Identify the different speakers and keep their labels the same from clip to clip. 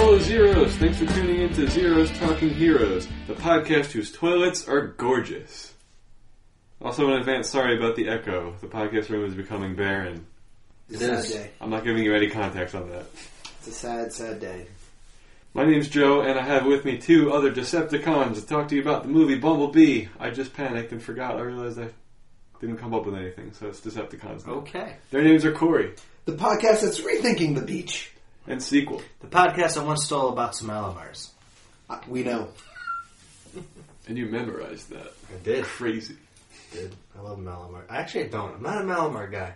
Speaker 1: host. Thanks for tuning in to Zero's Talking Heroes, the podcast whose toilets are gorgeous. Also, in advance, sorry about the echo. The podcast room is becoming barren.
Speaker 2: It's
Speaker 3: It
Speaker 2: a
Speaker 3: is.
Speaker 2: sad day.
Speaker 1: I'm not giving you any context on that.
Speaker 2: It's a sad, sad day.
Speaker 1: My name's Joe, and I have with me two other Decepticons to talk to you about the movie Bumblebee. I just panicked and forgot. I realized I didn't come up with anything, so it's Decepticons. now.
Speaker 3: Okay.
Speaker 1: Their names are Corey
Speaker 2: The podcast that's rethinking the beach.
Speaker 1: and Sequel.
Speaker 3: The podcast I once stole about some Alivars.
Speaker 2: Uh, We know.
Speaker 1: And you memorized that.
Speaker 3: I did.
Speaker 1: Crazy.
Speaker 3: Did. I love Malamar. I actually don't. I'm not a Malamar guy.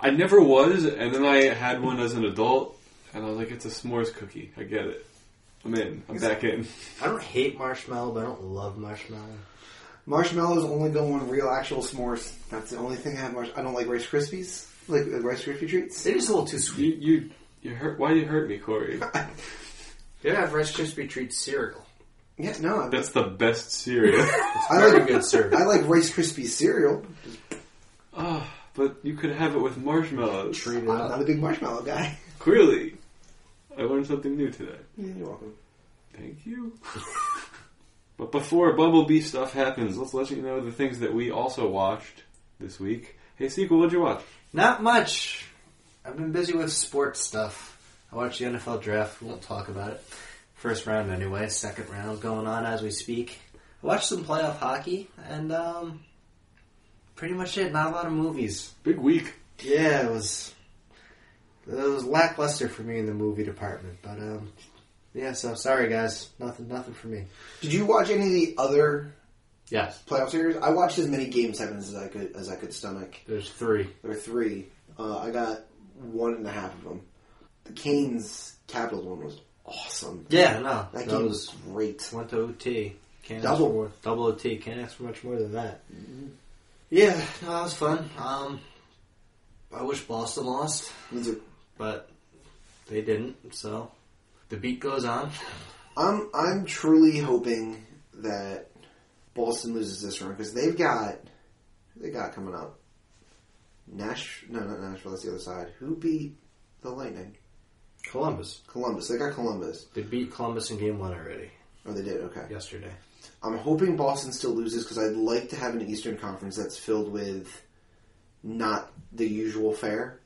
Speaker 1: I never was, and then I had one as an adult, and I was like, it's a s'mores cookie. I get it. I'm in. I'm back in.
Speaker 3: I don't hate marshmallow, but I don't love marshmallow.
Speaker 2: Marshmallows only go on real, actual s'mores. That's the only thing I have. Marsh- I don't like Rice Krispies, like uh, Rice Krispie treats.
Speaker 3: They're just a little too
Speaker 1: You,
Speaker 3: sweet.
Speaker 1: you, you hurt. Why you hurt me, Corey?
Speaker 3: You gotta have Rice Krispie treat cereal.
Speaker 2: Yeah, no. I-
Speaker 1: That's the best cereal.
Speaker 2: I
Speaker 3: Very
Speaker 2: like
Speaker 3: good cereal.
Speaker 2: I like Rice Krispies cereal.
Speaker 1: Ah, but you could have it with marshmallows.
Speaker 3: Treat it
Speaker 2: I'm not
Speaker 3: up.
Speaker 2: a big marshmallow guy.
Speaker 1: Clearly, I learned something new today.
Speaker 2: Yeah, you're welcome.
Speaker 1: Thank you. but before Bumblebee stuff happens, let's let you know the things that we also watched this week. Hey, sequel, what'd you watch?
Speaker 3: Not much. I've been busy with sports stuff. I watched the NFL draft. We'll talk about it. First round, anyway. Second round going on as we speak. I watched some playoff hockey, and um, pretty much it. Not a lot of movies.
Speaker 1: Big week.
Speaker 3: Yeah, it was. It was lackluster for me in the movie department, but um, yeah. So sorry, guys. Nothing, nothing for me.
Speaker 2: Did you watch any of the other
Speaker 3: Yes,
Speaker 2: playoff series? I watched as many game sevens as I could as I could stomach.
Speaker 3: there's three.
Speaker 2: There were three. Uh, I got one and a half of them. The Canes Capitals one was awesome.
Speaker 3: Yeah, no,
Speaker 2: That
Speaker 3: that
Speaker 2: game
Speaker 3: was
Speaker 2: was great.
Speaker 3: went to OT. Can't
Speaker 2: Double.
Speaker 3: ask for more. double OT. Can't ask for much more than that. Yeah, no, that was fun. Um, I wish Boston lost,
Speaker 2: These are-
Speaker 3: but they didn't. So the beat goes on.
Speaker 2: I'm I'm truly hoping that Boston loses this round because they've got they got coming up. Nash no not Nashville that's the other side. Who beat the Lightning?
Speaker 3: Columbus.
Speaker 2: Columbus. They got Columbus.
Speaker 3: They beat Columbus in game one already
Speaker 2: Oh, they did. Okay.
Speaker 3: yesterday.
Speaker 2: I'm hoping Boston still loses because I'd like to have an Eastern Conference that's filled with not the usual fare,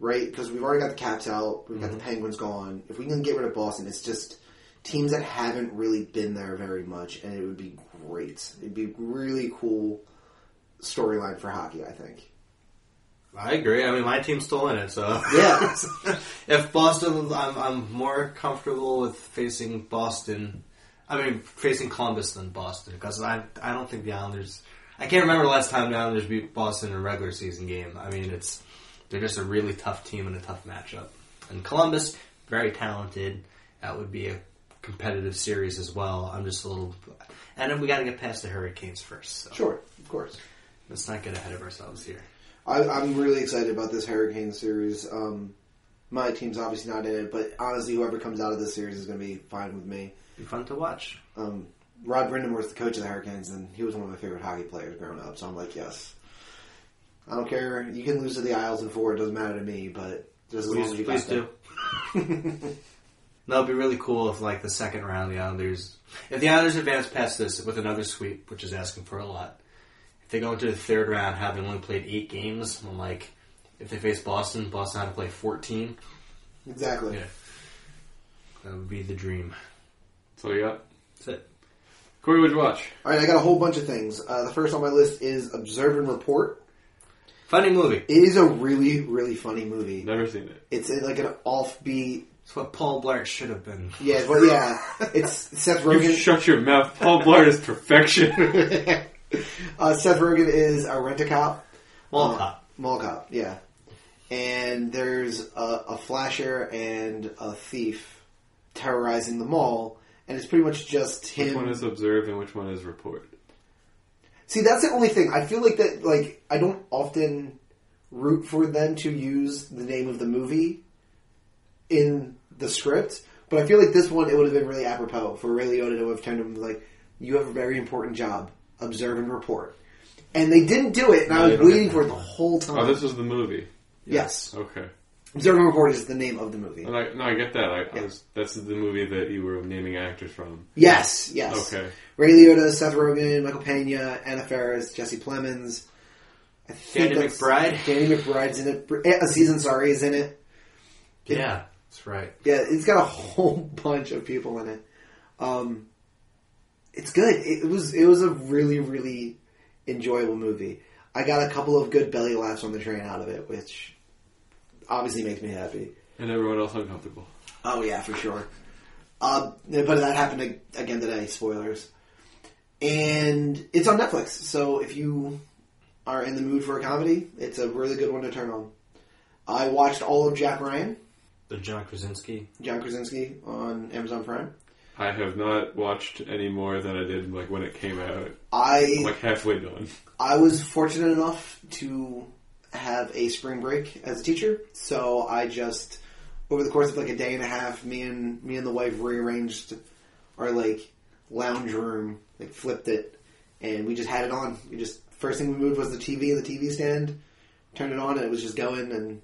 Speaker 2: right? Because we've already got the Caps out, we've got the Penguins gone. If we can get rid of Boston, it's just teams that haven't really been there very much, and it would be great. It'd be really cool storyline for hockey, I think.
Speaker 3: I agree. I mean, my team's still in it, so
Speaker 2: Yeah.
Speaker 3: if Boston, I'm, I'm more comfortable with facing Boston. I mean, facing Columbus than Boston because I I don't think the Islanders. I can't remember the last time the Islanders beat Boston in a regular season game. I mean, it's they're just a really tough team and a tough matchup. And Columbus, very talented. That would be a competitive series as well. I'm just a little, and then we got to get past the Hurricanes first. So
Speaker 2: Sure, of course.
Speaker 3: let's not get ahead of ourselves here.
Speaker 2: I, I'm really excited about this Hurricane series. Um, my team's obviously not in it, but honestly, whoever comes out of this series is going to be fine with me.
Speaker 3: Be fun to watch.
Speaker 2: um, Rod Brindamore was the coach of the Hurricanes, and he was one of my favorite hockey players growing up. So I'm like, yes. I don't care. You can lose to the Isles in four; it doesn't matter to me. But just as long as you got that.
Speaker 3: no, it'd be really cool if, like, the second round, the Islanders, if the Islanders advance past this with another sweep, which is asking for a lot, if they go into the third round having only played eight games, I'm like, if they face Boston, Boston had to play 14.
Speaker 2: Exactly.
Speaker 3: Yeah. That would be the dream.
Speaker 1: So you got
Speaker 3: That's it.
Speaker 1: Corey. What'd you watch?
Speaker 2: All right, I got a whole bunch of things. Uh, the first on my list is Observe and Report.
Speaker 3: Funny movie.
Speaker 2: It is a really, really funny movie.
Speaker 1: Never seen it.
Speaker 2: It's uh, like an offbeat.
Speaker 3: It's what Paul Blart should have been.
Speaker 2: Yeah, well, yeah. It's Seth
Speaker 1: You
Speaker 2: Rogen.
Speaker 1: shut your mouth. Paul Blart is perfection.
Speaker 2: uh, Seth Rogen is a rent a cop.
Speaker 3: Well,
Speaker 2: Uh, mall cop, yeah. And there's a, a flasher and a thief terrorizing the mall, and it's pretty much just
Speaker 1: which one
Speaker 2: him.
Speaker 1: is observe and which one is report?
Speaker 2: See, that's the only thing. I feel like that. Like I don't often root for them to use the name of the movie in the script, but I feel like this one it would have been really apropos for Ray Liotta to have turned to him and be like, "You have a very important job. Observe and report." And they didn't do it, and
Speaker 3: No,
Speaker 2: I
Speaker 3: they
Speaker 2: was
Speaker 3: don't get
Speaker 2: waiting
Speaker 3: that
Speaker 2: for it the
Speaker 3: one.
Speaker 2: whole time.
Speaker 1: Oh, this was the movie.
Speaker 2: yes.
Speaker 1: Okay.
Speaker 2: Observer Report is the name of the movie.
Speaker 1: And I, no, I get that. I, I
Speaker 2: Yeah.
Speaker 1: was, that's the movie that you were naming actors from.
Speaker 2: Yes, yes.
Speaker 1: Okay.
Speaker 2: Ray Liotta, Seth Rogen, Michael Pena, Anna Faris, Jesse Plemons. I think
Speaker 3: Danny
Speaker 2: that's-
Speaker 3: McBride?
Speaker 2: Danny McBride's in it. Eh, A season, sorry, is in it.
Speaker 3: Yeah, that's right.
Speaker 2: Yeah, it's got a whole bunch of people in it. Um, it's good. It was it was a really really enjoyable movie. I got a couple of good belly laughs on the train out of it, which obviously makes me happy.
Speaker 1: And everyone else uncomfortable.
Speaker 2: Oh yeah, for sure. Uh, but that happened ag- again today. Spoilers. And it's on Netflix, so if you are in the mood for a comedy, it's a really good one to turn on. I watched all of Jack Ryan,
Speaker 3: The John Krasinski.
Speaker 2: John Krasinski, on Amazon Prime.
Speaker 1: I have not watched any more than I did like when it came out. I'm
Speaker 2: I
Speaker 1: like halfway done.
Speaker 2: I was fortunate enough to have a spring break as a teacher, so I just over the course of like a day and a half, me and me and the wife rearranged our like lounge room, like flipped it, and we just had it on. We just first thing we moved was the TV, the TV stand, turned it on, and it was just going. And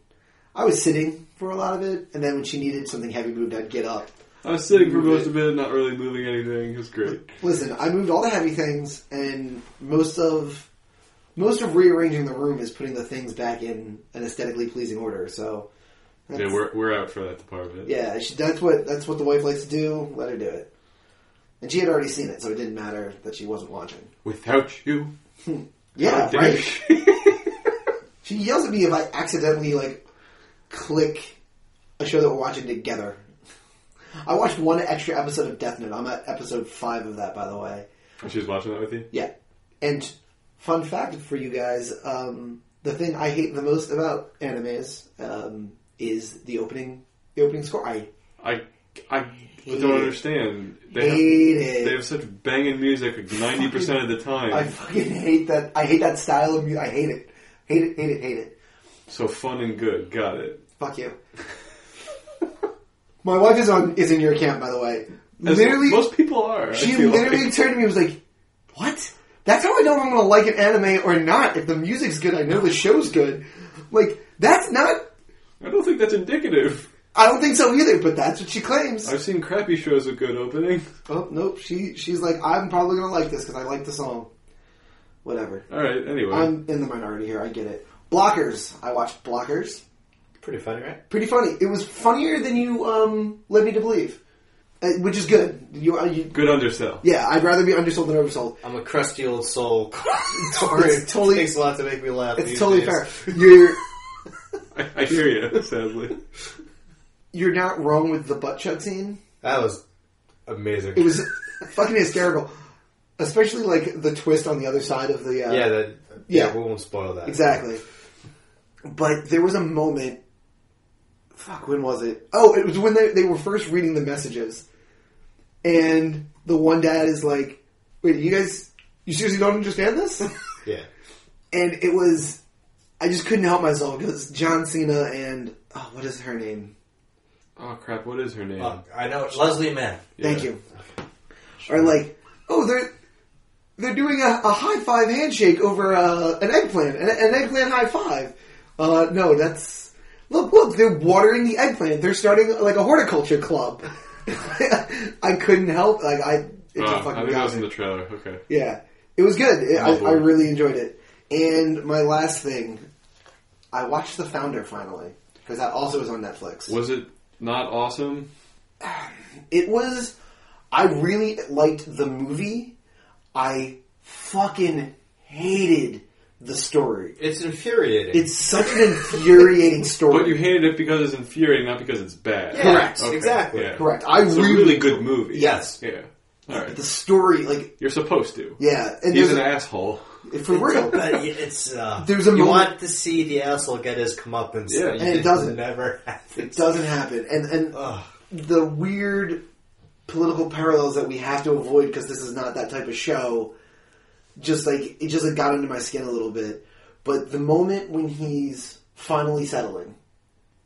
Speaker 2: I was sitting for a lot of it, and then when she needed something heavy moved, I'd get up.
Speaker 1: I was sitting for most of it, not really moving anything. It was great.
Speaker 2: Listen, I moved all the heavy things, and most of most of rearranging the room is putting the things back in an aesthetically pleasing order. So, that's,
Speaker 1: Yeah, we're, we're out for that department.
Speaker 2: yeah, she, that's what that's what the wife likes to do. Let her do it. And she had already seen it, so it didn't matter that she wasn't watching.
Speaker 1: Without you,
Speaker 2: Yeah,
Speaker 1: how dare
Speaker 2: right.
Speaker 1: she?
Speaker 2: She yells at me if I accidentally like click a show that we're watching together. I watched one extra episode of Death Note. I'm at episode five of that, by the way.
Speaker 1: She was watching that with you.
Speaker 2: Yeah. And fun fact for you guys, um, the thing I hate the most about animes um, is the opening the opening score. I
Speaker 1: I I
Speaker 2: Hate
Speaker 1: don't
Speaker 2: it.
Speaker 1: understand. They have,
Speaker 2: hate it.
Speaker 1: they have such banging music like ninety percent of the time.
Speaker 2: I fucking hate that. I hate that style of music. I hate it. Hate it. Hate it. Hate it.
Speaker 1: so fun and good. Got it.
Speaker 2: Fuck you. My wife is on is in your camp, by the way.
Speaker 1: As
Speaker 2: literally,
Speaker 1: most people are. I
Speaker 2: she
Speaker 1: feel
Speaker 2: literally
Speaker 1: like.
Speaker 2: turned to me and was like, "What? That's how I know if I'm going to like an anime or not. If the music's good, I know the show's good. Like that's not
Speaker 1: I don't think that's indicative.
Speaker 2: I don't think so either, but that's what she claims.
Speaker 1: I've seen crappy shows with good openings.
Speaker 2: oh nope, she she's like, I'm probably gonna like this because I like the song. Whatever.
Speaker 1: All right. Anyway,
Speaker 2: I'm in the minority here. I get it. Blockers. I watched Blockers.
Speaker 3: Pretty funny, right?
Speaker 2: Pretty funny. It was funnier than you um, led me to believe, uh, which is good. You, uh, you,
Speaker 1: good undersell.
Speaker 2: yeah, I'd rather be undersold than oversold.
Speaker 3: I'm a crusty old soul. Sorry,
Speaker 2: It's totally-
Speaker 3: takes a lot to make me laugh.
Speaker 2: It's
Speaker 3: these
Speaker 2: totally
Speaker 3: days.
Speaker 2: fair. You're
Speaker 1: I, I hear you. Sadly,
Speaker 2: you're not wrong with the butt shot scene.
Speaker 3: That was amazing.
Speaker 2: It was fucking hysterical, especially like the twist on the other side of the uh,
Speaker 3: yeah, that, yeah,
Speaker 2: Yeah.
Speaker 3: we won't spoil that.
Speaker 2: Exactly. But there was a moment. Fuck, when was it? Oh, it was when they, they were first reading the messages. And the one dad is like, wait, you guys, you seriously don't understand this? and
Speaker 3: Yeah.
Speaker 2: it was, I just couldn't help myself because John Cena and, oh, what is her name?
Speaker 1: oh crap! What is her name?
Speaker 3: Uh, I know Leslie Mann.
Speaker 2: Thank
Speaker 1: Yeah.
Speaker 2: you. Are like, oh, they're. They're doing a, a high five handshake over uh, an eggplant, an, an eggplant high five. Uh, no, that's look, look. They're watering the eggplant. They're starting like a horticulture club. I couldn't help. Like I, it
Speaker 1: Oh,
Speaker 2: just
Speaker 1: I
Speaker 2: fucking
Speaker 1: think that
Speaker 2: got
Speaker 1: was in
Speaker 2: me.
Speaker 1: the trailer. Okay.
Speaker 2: Yeah, it was good. It- I,
Speaker 1: Lovely.
Speaker 2: I really enjoyed it. And my last thing, I watched The Founder finally because that also was on Netflix.
Speaker 1: Was it not awesome?
Speaker 2: It was. I really liked the movie. I fucking hated the story.
Speaker 3: It's infuriating.
Speaker 2: It's such an infuriating
Speaker 1: But you
Speaker 2: story.
Speaker 1: hated it because it's infuriating, not because it's bad.
Speaker 3: Yeah,
Speaker 2: correct,
Speaker 3: Exactly.
Speaker 1: yeah.
Speaker 2: Correct. I
Speaker 1: It's a
Speaker 2: really,
Speaker 1: really good movie.
Speaker 3: Yes.
Speaker 1: Yeah. All right.
Speaker 2: the story. Like,
Speaker 1: You're supposed to.
Speaker 2: yeah, and
Speaker 1: He's
Speaker 2: there's
Speaker 1: an
Speaker 2: a,
Speaker 1: asshole.
Speaker 2: for real.
Speaker 3: But it's uh,
Speaker 2: There's a
Speaker 3: you
Speaker 2: moment-
Speaker 3: want to see the asshole get his comeuppance.
Speaker 1: Yeah,
Speaker 3: you
Speaker 1: and it
Speaker 3: just
Speaker 2: doesn't.
Speaker 3: Never happens.
Speaker 2: It doesn't happen, and and
Speaker 3: Ugh.
Speaker 2: the weird political parallels that we have to avoid because this is not that type of show. Just like it just like got under my skin a little bit, but the moment when he's finally settling,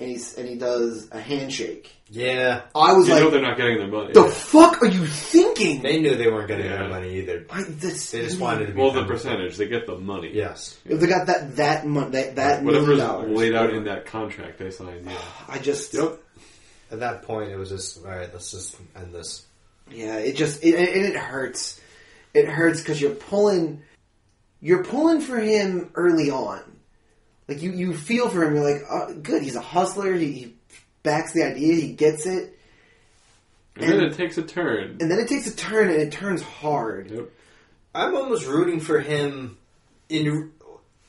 Speaker 2: and he's and he does a handshake.
Speaker 3: Yeah,
Speaker 2: I was
Speaker 1: You know
Speaker 2: like,
Speaker 1: they're not getting their money.
Speaker 2: the fuck are you thinking?
Speaker 3: they knew they weren't going to get
Speaker 1: Yeah.
Speaker 3: their money either.
Speaker 2: I, this,
Speaker 3: They just wanted to be
Speaker 1: well, the
Speaker 3: famous.
Speaker 1: percentage they get the money.
Speaker 3: Yes,
Speaker 2: If they got that that money that that million
Speaker 1: Whatever's
Speaker 2: dollars,
Speaker 1: laid out in that contract they signed. Yeah.
Speaker 2: I just
Speaker 1: Yep.
Speaker 3: at that point it was just all right. Let's just end this.
Speaker 2: yeah, it just it, and it hurts. It hurts because you're pulling, you're pulling for him early on. Like you, you feel for him. You're like, oh, good. He's a hustler. He, he backs the idea. He gets it.
Speaker 1: And then it takes a turn.
Speaker 2: And then it takes a turn, and it turns hard.
Speaker 1: Yep.
Speaker 3: I'm almost rooting for him in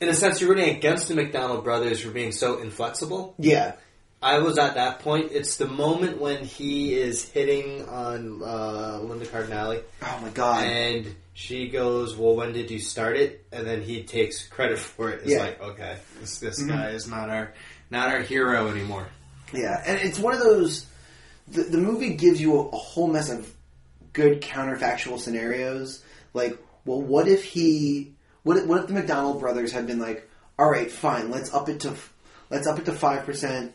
Speaker 3: in a sense you're rooting against the McDonald brothers for being so inflexible.
Speaker 2: Yeah,
Speaker 3: I was at that point. It's the moment when he is hitting on uh, Linda Cardinale
Speaker 2: Oh my god.
Speaker 3: and she goes, "Well, when did you start it?" And then he takes credit for it. It's
Speaker 2: Yeah. Mm-hmm.
Speaker 3: like, okay, this, this guy is not our not our hero anymore.
Speaker 2: yeah, and it's one of those. The, the movie gives you a, a whole mess of good counterfactual scenarios. Like, well, what if he? What if, what if the McDonald brothers had been like, all right, fine, let's up it to, f- let's up it to five percent.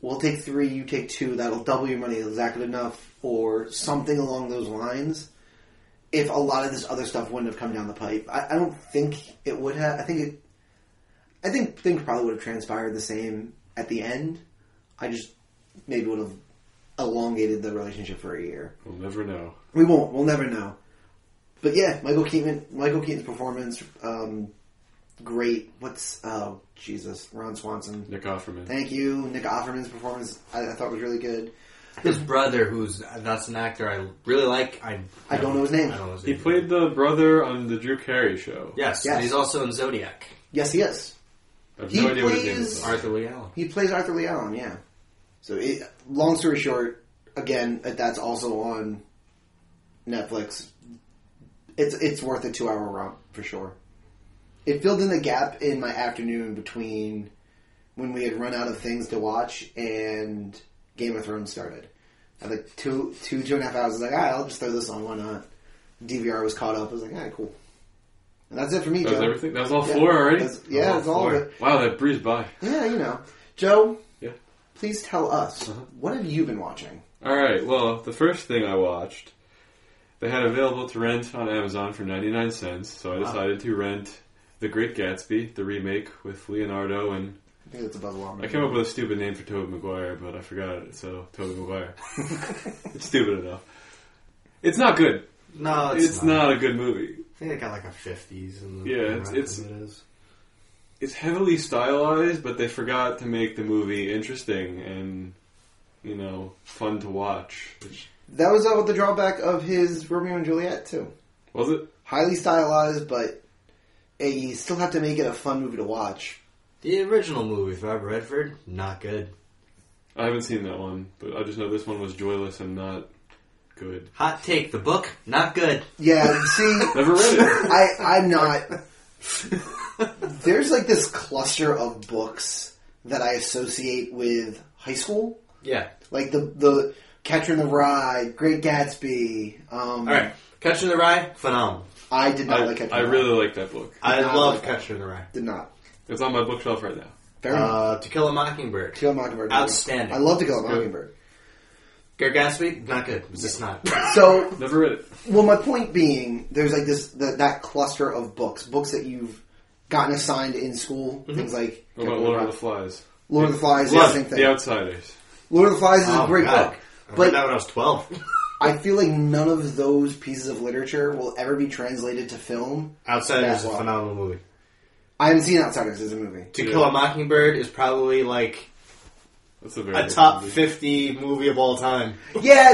Speaker 2: We'll take three, you take two. That'll double your money. Is that good enough? Or something along those lines. If a lot of this other stuff wouldn't have come down the pipe, I, I don't think it would have. I think it I think things probably would have transpired the same at the end. I just maybe would have elongated the relationship for a year.
Speaker 1: We'll never know.
Speaker 2: We won't. We'll never know. But yeah, Michael Keaton. Michael Keaton's performance, um, great. What's oh Jesus, Ron Swanson.
Speaker 1: Nick Offerman.
Speaker 2: Thank you, Nick Offerman's performance. I, I thought was really good.
Speaker 3: His brother, who's that's an actor I really like. I
Speaker 2: I don't know his name.
Speaker 3: I don't know his
Speaker 1: He
Speaker 3: name.
Speaker 1: played the brother on the Drew Carey show.
Speaker 3: Yes,
Speaker 2: Yes.
Speaker 3: and he's also in Zodiac.
Speaker 2: Yes, he is.
Speaker 1: I have
Speaker 2: He
Speaker 1: no idea what his name
Speaker 2: plays-
Speaker 1: is.
Speaker 3: Arthur Lee Allen.
Speaker 2: He plays Arthur Lee Allen. Yeah. So, it, long story short, again, that's also on Netflix. It's it's worth a two hour romp for sure. It filled in the gap in my afternoon between when we had run out of things to watch and Game of Thrones started. I had like two two two and a half hours. I was like, all right, I'll just throw this on. Why not? DVR was caught up. I was like, all right, cool. And that's it for me,
Speaker 1: That was
Speaker 2: Joe.
Speaker 1: everything. That was all
Speaker 2: Yeah.
Speaker 1: four already.
Speaker 2: That's- yeah, it's all of
Speaker 1: Four.
Speaker 2: it.
Speaker 1: Wow, that breezed by.
Speaker 2: Yeah, you know, Joe.
Speaker 1: Yeah. Uh-huh.
Speaker 2: Please tell us what have you been watching?
Speaker 1: All right. Well, the first thing I watched, they had available to rent on Amazon for ninety nine cents. So I decided to rent The Great Gatsby, the remake with Leonardo and
Speaker 2: I think it's above Lawman.
Speaker 1: I came up with a stupid name for Toby Maguire, but I forgot it. So Toby Maguire. it's stupid enough. It's not good.
Speaker 3: No,
Speaker 1: It's, not. a good movie.
Speaker 3: I think it got like a fifties.
Speaker 1: Yeah, it's- it's- It's heavily stylized, but they forgot to make the movie interesting and you know fun to watch. Which,
Speaker 2: That was uh, the drawback of his Romeo and Juliet too.
Speaker 1: was it?
Speaker 2: Highly stylized, but eh, you still have to make it a fun movie to watch.
Speaker 3: the original movie with Robert Redford. Not good.
Speaker 1: I haven't seen that one, but I just know this one was joyless and not good.
Speaker 3: Hot take: the book, not good.
Speaker 2: Yeah, see,
Speaker 1: Never read it.
Speaker 2: I I'm not. There's like this cluster of books that I associate with high school,
Speaker 3: Yeah.
Speaker 2: like the the Catcher in the Rye, Great Gatsby. Um,
Speaker 3: All right, Catcher in the Rye, phenomenal.
Speaker 2: I did not
Speaker 1: I,
Speaker 2: like Catcher. in
Speaker 1: I
Speaker 2: the Rye.
Speaker 1: really like that book.
Speaker 3: I
Speaker 2: Not
Speaker 3: love
Speaker 2: like that.
Speaker 3: Catcher in the Rye.
Speaker 2: did not.
Speaker 1: It's on my bookshelf right now.
Speaker 2: Fair enough.
Speaker 3: Uh, to Kill a Mockingbird.
Speaker 2: To Kill a Mockingbird.
Speaker 3: Outstanding.
Speaker 2: I love To Kill a
Speaker 1: It's good.
Speaker 2: Mockingbird.
Speaker 3: Gary Gatsby, not good. It's just not.
Speaker 2: So,
Speaker 1: Never read it.
Speaker 2: well, my point being, there's like this that that cluster of books, books that you've gotten assigned in school,
Speaker 3: Mm-hmm.
Speaker 2: things like
Speaker 1: What about Lord of the Flies?
Speaker 2: Lord of the Flies, yeah,
Speaker 1: Love
Speaker 2: same
Speaker 1: it.
Speaker 2: thing.
Speaker 1: The Outsiders.
Speaker 2: Lord of the Flies is a
Speaker 3: Oh,
Speaker 2: great
Speaker 3: God.
Speaker 2: book,
Speaker 3: I read
Speaker 2: but
Speaker 3: that when I was twelve.
Speaker 2: I feel like none of those pieces of literature will ever be translated to film.
Speaker 3: Outsiders is a
Speaker 2: That one.
Speaker 3: phenomenal movie.
Speaker 2: I haven't seen Outsiders as a movie.
Speaker 3: To
Speaker 1: Yeah.
Speaker 3: Kill a Mockingbird is probably like
Speaker 1: That's a very
Speaker 3: a
Speaker 1: good
Speaker 3: top
Speaker 1: movie.
Speaker 3: fifty movie of all time.
Speaker 2: Yeah,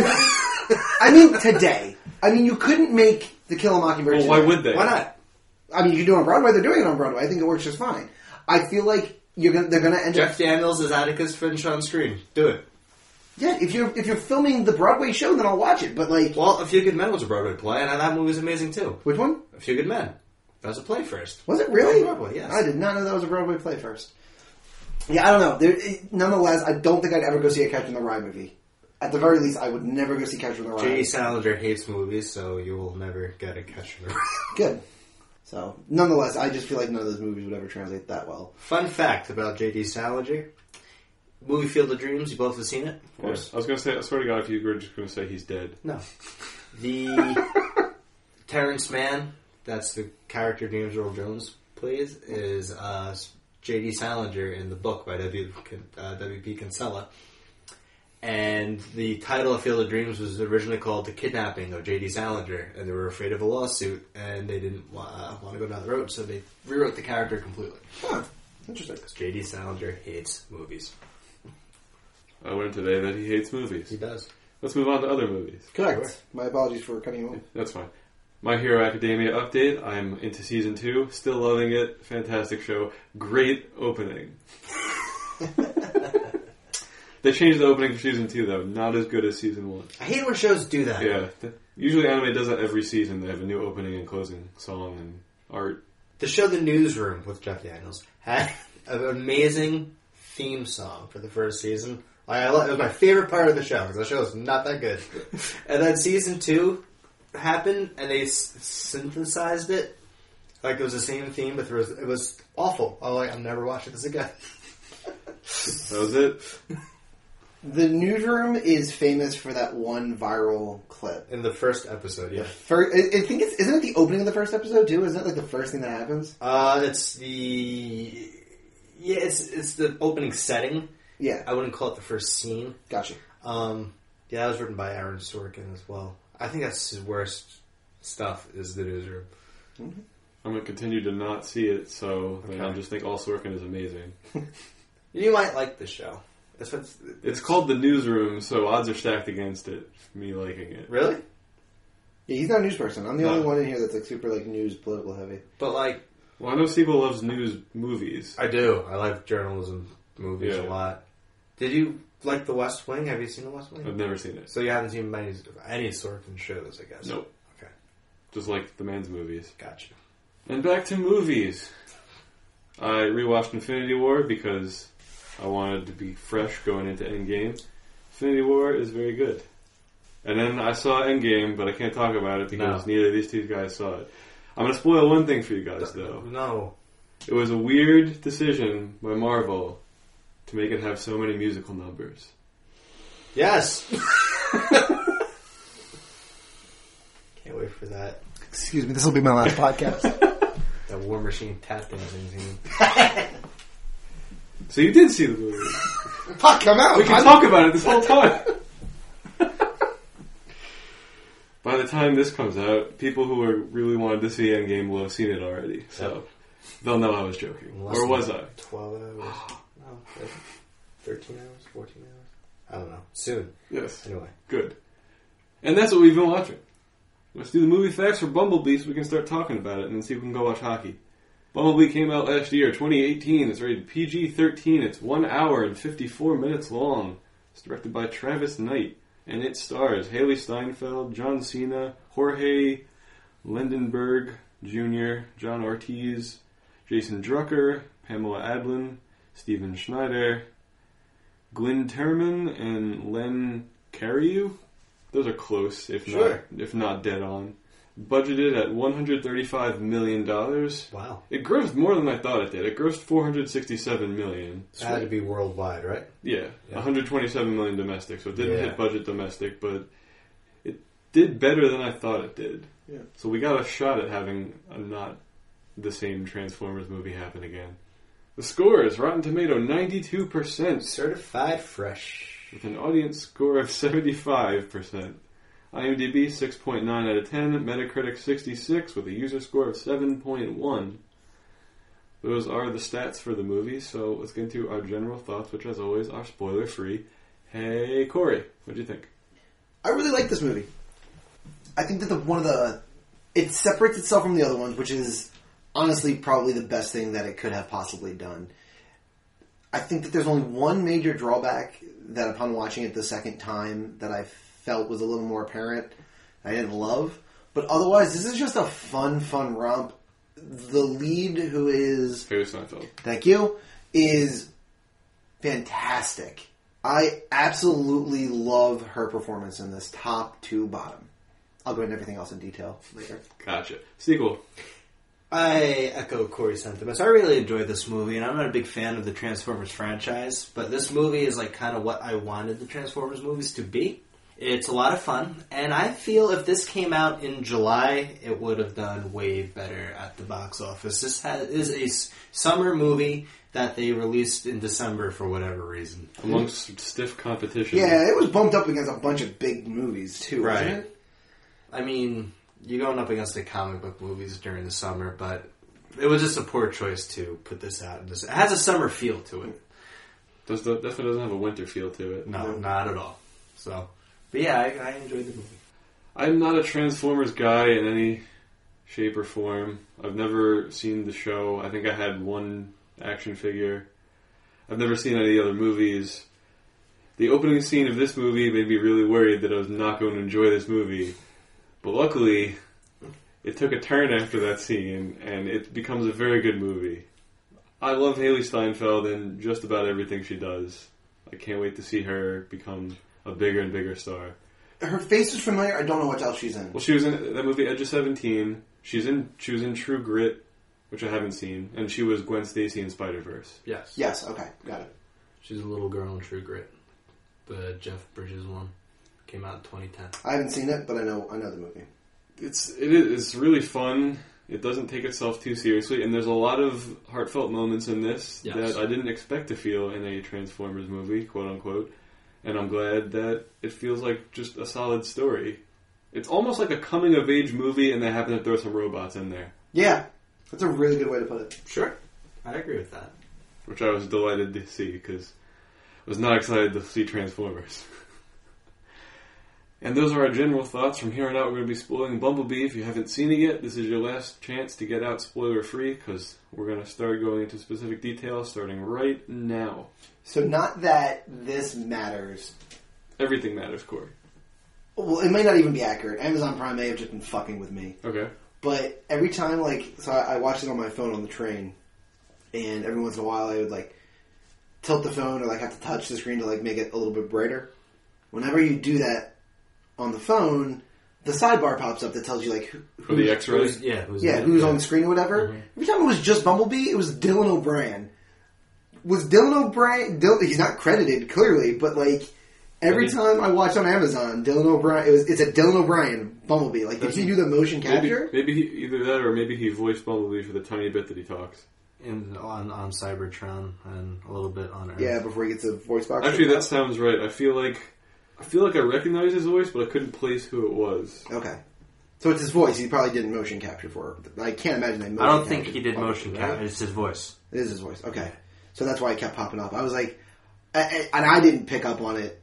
Speaker 2: I mean today. I mean, you couldn't make The Kill a Mockingbird.
Speaker 1: Well, why
Speaker 2: today.
Speaker 1: would they?
Speaker 3: Why not?
Speaker 2: I mean, you can do it on Broadway. They're doing it on Broadway. I think it works just fine. I feel like you're gonna, they're gonna end up
Speaker 3: Jeff Daniels is Atticus Finch on screen. Do it.
Speaker 2: Yeah, if you're if you're filming the Broadway show, then I'll watch it. But like,
Speaker 3: Well, A Few Good Men was a Broadway play, and that movie was amazing too.
Speaker 2: which one
Speaker 3: A Few Good Men. That was a play first.
Speaker 2: was it? Really?
Speaker 3: On Broadway, yes.
Speaker 2: I did not know that was a Broadway play first. Yeah, I don't know. There, it, nonetheless, I don't think I'd ever go see a Catcher in the Rye movie. At the very least, I would never go see Catcher in the Rye.
Speaker 3: J.D. Salinger hates movies, so you will never get a catch in the Rye.
Speaker 2: Good. So, nonetheless, I just feel like none of those movies would ever translate that well.
Speaker 3: Fun fact about J.D. Salinger. Movie Field of Dreams. You both have seen it, of
Speaker 1: Yeah. I
Speaker 3: course.
Speaker 1: was gonna say, I swear to God, if you were just gonna say he's dead,
Speaker 3: No. The Terrence Mann, that's the character James Earl Jones plays, is uh, J.D. Salinger in the book by W. Con- uh, W.P. Kinsella. And the title of Field of Dreams was originally called The Kidnapping of J.D. Salinger, and they were afraid of a lawsuit, and they didn't wa- uh, want to go down the road, so they rewrote the character completely.
Speaker 2: Interesting.
Speaker 3: Because J.D. Salinger hates movies.
Speaker 1: I learned today that he hates movies.
Speaker 3: does.
Speaker 1: Let's move on to other movies.
Speaker 2: Correct.
Speaker 3: Sure.
Speaker 2: My apologies for cutting you off.
Speaker 1: That's fine. My Hero Academia update. I'm into season two. Still loving it. Fantastic show. Great opening. they changed the opening for season two though. Not as good as season one.
Speaker 3: I hate when shows do that.
Speaker 1: Yeah. th- Usually anime does that every season. They have a new opening and closing song and art.
Speaker 3: The show The Newsroom with Jeff Daniels had an amazing theme song for the first season. Like, I, lo- it was my favorite part of the show because the show is not that good. and then season two happened and they s- synthesized it. Like it was the same theme, but there was, it was awful. I was like, I'm never watching this again.
Speaker 1: That was it.
Speaker 2: The newsroom is famous for that one viral clip.
Speaker 3: In the first episode, yeah.
Speaker 2: First, I I think it's isn't it the opening of the first episode too? Isn't that like the first thing that happens?
Speaker 3: Uh, it's the yeah, it's it's the opening setting.
Speaker 2: Yeah,
Speaker 3: I wouldn't call it the first scene.
Speaker 2: gotcha.
Speaker 3: Um, yeah, that was written by Aaron Sorkin as well. I think that's his worst stuff is the newsroom.
Speaker 1: I'm gonna continue to not see it, so then
Speaker 3: Okay.
Speaker 1: I'll just think all Sorkin is amazing.
Speaker 3: You might like the show. That's what's,
Speaker 1: It's called the Newsroom, so odds are stacked against it. Me liking it.
Speaker 3: really,
Speaker 2: Yeah, he's not a news person. I'm the
Speaker 1: No.
Speaker 2: only one in here that's like super like news political heavy.
Speaker 3: but like
Speaker 1: Well, I know Siebel loves news movies.
Speaker 3: I do. I like journalism movies
Speaker 1: Yeah.
Speaker 3: a lot. Did you like The West Wing? Have you seen The West Wing?
Speaker 1: I've never seen it.
Speaker 3: So you haven't seen many any Sorkin shows, I guess.
Speaker 1: Nope.
Speaker 3: Okay.
Speaker 1: Just like the man's movies.
Speaker 3: Gotcha.
Speaker 1: And back to movies. I rewatched Infinity War because I wanted to be fresh going into Endgame. Infinity War is very good. And then I saw Endgame, but I can't talk about it because
Speaker 3: No.
Speaker 1: neither of these two guys saw it. I'm going to spoil one thing for you guys, though.
Speaker 3: No.
Speaker 1: It was a weird decision by Marvel to make it have so many musical numbers.
Speaker 3: Yes. Can't wait for that
Speaker 2: Excuse me, this will be my last podcast.
Speaker 3: that War Machine tap dancing scene.
Speaker 1: So you did see the movie.
Speaker 2: Fuck, I'm out.
Speaker 1: We can talk about it this whole time. By the time this comes out, people who are really wanted to see Endgame will have seen it already, so they'll know I was joking.
Speaker 3: Unless
Speaker 1: or was
Speaker 3: they-
Speaker 1: I?
Speaker 3: 12 hours. no, 13 hours, 14 hours. I don't know. Soon.
Speaker 1: Yes.
Speaker 3: Anyway.
Speaker 1: Good. And that's what we've been watching. Let's do the movie facts for Bumblebee so we can start talking about it and then see if we can go watch hockey. Bumblebee came out last year, 2018. It's rated PG 13. It's 1 hour and 54 minutes long. It's directed by Travis Knight. And it stars Haley Steinfeld, John Cena, Jorge Lindenberg Jr., John Ortiz, Jason Drucker, Pamela Adlin, Steven Schneider, Glenn Terman, and Len Cariou. Those are close, if
Speaker 3: Sure.
Speaker 1: not if not dead on. Budgeted at 135 million dollars.
Speaker 3: Wow.
Speaker 1: It grossed more than I thought it did. It grossed 467 million.
Speaker 3: That had to be worldwide, right?
Speaker 1: Yeah,
Speaker 3: Yeah.
Speaker 1: 127 million domestic. So it didn't
Speaker 3: Yeah.
Speaker 1: hit budget domestic, but it did better than I thought it did.
Speaker 2: Yeah.
Speaker 1: So we got a shot at having a not the same Transformers movie happen again. The score is Rotten Tomato 92%
Speaker 3: Certified fresh.
Speaker 1: with an audience score of 75%. IMDb 6.9 out of 10, Metacritic 66 with a user score of 7.1. Those are the stats for the movie, so let's get into our general thoughts, which as always are spoiler free. Hey, Corey, what'd you think?
Speaker 2: I really like this movie. I think that the one of the it separates itself from the other ones, which is honestly probably the best thing that it could have possibly done. I think that there's only one major drawback that upon watching it the second time that I felt was a little more apparent. I didn't love, but otherwise this is just a fun, fun romp. The lead who is
Speaker 1: Harry Seinfeld.
Speaker 2: thank you, is fantastic. I absolutely love her performance in this, top to bottom. I'll go into everything else in detail later.
Speaker 1: Gotcha. Sequel.
Speaker 3: I echo Corey's sentiments. I really enjoyed this movie, and I'm not a big fan of the Transformers franchise, but this movie is like kind of what I wanted the Transformers movies to be. It's a lot of fun, and I feel if this came out in July, it would have done way better at the box office. This has, is a s- summer movie that they released in December for whatever reason.
Speaker 1: amongst stiff competition.
Speaker 2: Yeah, it was bumped up against a bunch of big movies too, wasn't
Speaker 3: Right.
Speaker 2: it?
Speaker 3: I mean, you're going up against the comic book movies during the summer, but it was just a poor choice to put this out. in this- It has a summer feel to it.
Speaker 1: Does the, definitely doesn't have a winter feel to it.
Speaker 3: No, not at all. So, but yeah, I, I enjoyed the movie.
Speaker 1: I'm not a Transformers guy in any shape or form. I've never seen the show. I think I had one action figure. I've never seen any other movies. The opening scene of this movie made me really worried that I was not going to enjoy this movie. But luckily, it took a turn after that scene and it becomes a very good movie. I love Haley Steinfeld and just about everything she does. I can't wait to see her become a bigger and bigger star.
Speaker 2: Her face is familiar. I don't know what else she's in.
Speaker 1: Well, she was in that movie Edge of Seventeen. She's in she was in True Grit, which I haven't seen, and she was Gwen Stacy in Spider Verse.
Speaker 3: Yes.
Speaker 2: Yes. Okay. Got it.
Speaker 3: She's a little girl in True Grit, the Jeff Bridges one. Came out in 2010.
Speaker 2: I haven't seen it, but I know I know the movie.
Speaker 1: It's it is it's really fun. It doesn't take itself too seriously, and there's a lot of heartfelt moments in this
Speaker 3: Yes.
Speaker 1: that I didn't expect to feel in a Transformers movie, quote unquote. And I'm glad that it feels like just a solid story. It's almost like a coming of age movie, and they happen to throw some robots in there,
Speaker 2: Yeah, that's a really good way to put it.
Speaker 3: Sure. I agree with that.
Speaker 1: which I was delighted to see because I was not excited to see Transformers. and those are our general thoughts. From here on out, we're going to be spoiling Bumblebee. If you haven't seen it yet, this is your last chance to get out spoiler free because we're going to start going into specific details starting right now.
Speaker 2: So not that this matters.
Speaker 1: Everything matters, Corey.
Speaker 2: Well, it may not even be accurate. Amazon Prime may have just been fucking with me.
Speaker 1: Okay.
Speaker 2: But every time, like, so I, I watched it on my phone on the train, and every once in a while I would like tilt the phone or like have to touch the screen to like make it a little bit brighter. Whenever you do that on the phone, the sidebar pops up that tells you like who,
Speaker 1: For the Mm-hmm.
Speaker 2: who's-
Speaker 1: X rays.
Speaker 3: Yeah. Who's
Speaker 2: yeah, who's on the screen or whatever. Every time it was just Bumblebee, it was Dylan O'Brien. Was Dylan O'Brien? Dylan, he's not credited clearly, but like every
Speaker 1: Mhm.
Speaker 2: time I watch on Amazon, Dylan O'Brien. It was it's a Dylan O'Brien Bumblebee. Like, did
Speaker 1: Does
Speaker 2: he
Speaker 1: he-
Speaker 2: do the motion
Speaker 1: Maybe,
Speaker 2: capture?
Speaker 1: maybe he, either that or maybe he voiced Bumblebee for the tiny bit that he talks.
Speaker 3: in, on on Cybertron and a little bit on Earth.
Speaker 2: Yeah, before he gets a voice box.
Speaker 1: Actually, that sounds right. I feel like I feel like I recognize his voice, but I couldn't place who it was.
Speaker 2: okay. So it's his voice. He probably did motion capture for. Her. I can't imagine they. Motion
Speaker 3: I don't think
Speaker 2: captured
Speaker 3: he did
Speaker 2: Bumblebee,
Speaker 3: motion
Speaker 2: right?
Speaker 3: capture. It's his voice.
Speaker 2: It is his voice. Okay, so that's why it kept popping up. I was like, I, I- and I didn't pick up on it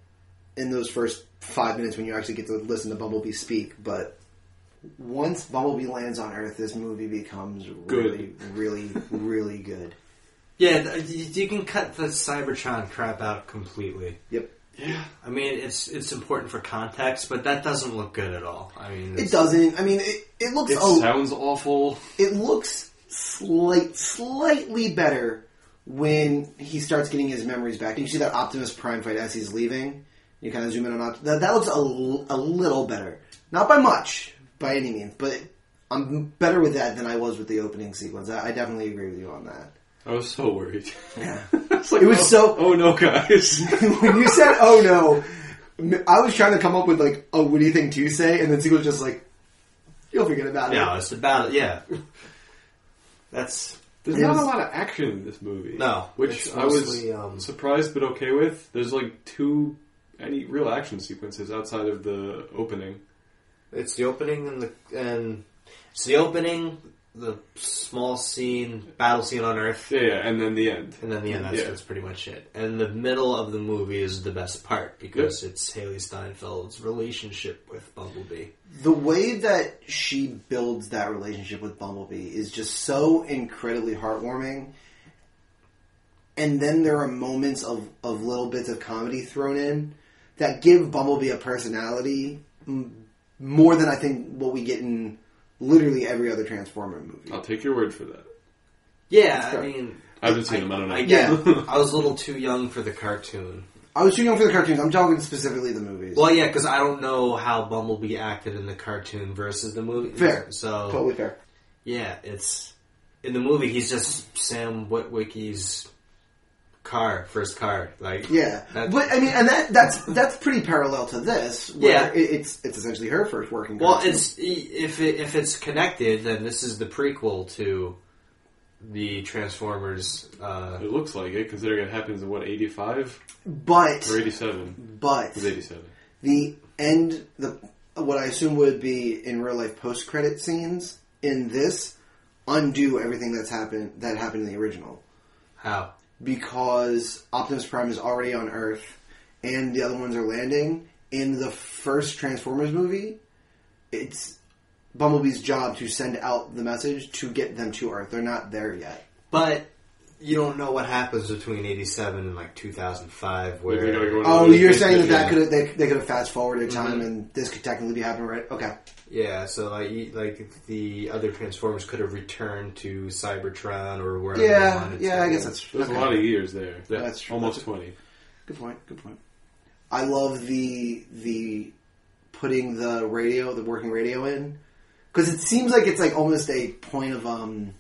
Speaker 2: in those first five minutes when you actually get to listen to Bumblebee speak. But once Bumblebee lands on Earth, this movie becomes really, really, really good.
Speaker 3: Yeah, th- you you can cut the Cybertron crap out completely.
Speaker 2: Yep,
Speaker 1: Yeah.
Speaker 3: I mean, it's it's important for context, but that doesn't look good at all. I mean,
Speaker 2: it
Speaker 3: it's-
Speaker 2: doesn't. I mean, it, it looks
Speaker 1: It
Speaker 2: a-
Speaker 1: sounds awful.
Speaker 2: it looks slight, slightly better when he starts getting his memories back. You see that Optimus Prime fight as he's leaving. You kind of zoom in on Optimus. That, that looks a, l- a little better, not by much by any means, but I'm better with that than I was with the opening sequence. I, I definitely agree with you on that.
Speaker 1: I was so worried.
Speaker 2: Yeah.
Speaker 1: It's like,
Speaker 2: It was
Speaker 1: oh-
Speaker 2: so-
Speaker 1: Oh no, guys!
Speaker 2: when you said, "Oh no," m- I was trying to come up with like, "Oh, what do you think to say?" And then sequel was just like, "You'll forget about
Speaker 3: no,
Speaker 2: it."
Speaker 3: it's about it. Yeah, that's
Speaker 1: There's
Speaker 2: It
Speaker 1: not
Speaker 2: was-
Speaker 1: a lot of action in this movie.
Speaker 3: No,
Speaker 1: which
Speaker 3: it's
Speaker 1: I was
Speaker 3: mostly, um,
Speaker 1: surprised but okay with. There's like two any real action sequences outside of the opening.
Speaker 3: It's the opening and the and it's the opening, the small scene, battle scene on Earth,
Speaker 1: Yeah, yeah, and then the end.
Speaker 3: and then the end. That's,
Speaker 1: Yeah.
Speaker 3: that's pretty much it. And the middle of the movie is the best part because it's Haley Steinfeld's relationship with Bumblebee.
Speaker 2: the way that she builds that relationship with Bumblebee is just so incredibly heartwarming. And then there are moments of, of little bits of comedy thrown in that give Bumblebee a personality m- more than I think what we get in literally every other Transformer movie.
Speaker 3: Oh.
Speaker 1: I'll take your word for that.
Speaker 3: Yeah, I
Speaker 2: fair.
Speaker 3: mean,
Speaker 1: I haven't seen him. I don't know.
Speaker 3: I
Speaker 2: Yeah.
Speaker 3: get. I was a little too young for the cartoon.
Speaker 2: I was too young for the cartoons. I'm talking specifically the movies.
Speaker 3: Well, yeah, because I don't know how Bumblebee acted in the cartoon versus the movie.
Speaker 2: Fair.
Speaker 3: So
Speaker 2: totally fair.
Speaker 3: Yeah, it's in the movie. He's just Sam Witwicky's car, first car. Like
Speaker 2: Yeah,
Speaker 3: That-
Speaker 2: but I mean, and that that's that's pretty parallel to this. Where
Speaker 3: Yeah.
Speaker 2: it, it's it's essentially her first working.
Speaker 3: Well,
Speaker 2: girl.
Speaker 3: it's e, if it, if it's connected, then this is the prequel to the Transformers. Uh,
Speaker 1: It looks like it, considering it happens in what eighty five
Speaker 2: but
Speaker 1: or eighty seven.
Speaker 2: but
Speaker 1: It's eighty seven.
Speaker 2: the end the what I assume would be in real life post credit scenes in this undo everything that's happened that happened in the original
Speaker 3: how?
Speaker 2: because Optimus Prime is already on Earth and the other ones are landing in the first Transformers movie. It's Bumblebee's job to send out the message to get them to Earth. They're not there yet.
Speaker 3: But you don't know what happens between '87 and like 2005,
Speaker 1: They gotta go
Speaker 3: where
Speaker 1: in-
Speaker 2: Oh,
Speaker 1: those
Speaker 2: you're
Speaker 1: big
Speaker 2: saying that
Speaker 1: pictures.
Speaker 2: that Mm-hmm. could they, they could have fast forwarded time and this could technically be happening right? Okay.
Speaker 3: yeah, so like you- like the other Transformers could have returned to Cybertron or wherever. they
Speaker 2: Yeah,
Speaker 3: wanted
Speaker 2: yeah.
Speaker 3: to.
Speaker 2: I guess that's
Speaker 1: There's
Speaker 2: okay.
Speaker 1: a lot of years there. That-
Speaker 2: That's true.
Speaker 1: almost
Speaker 2: That's-
Speaker 1: twenty.
Speaker 2: Good point. Good point. I love the the putting the radio, the working radio in, because it seems like it's like almost a point of um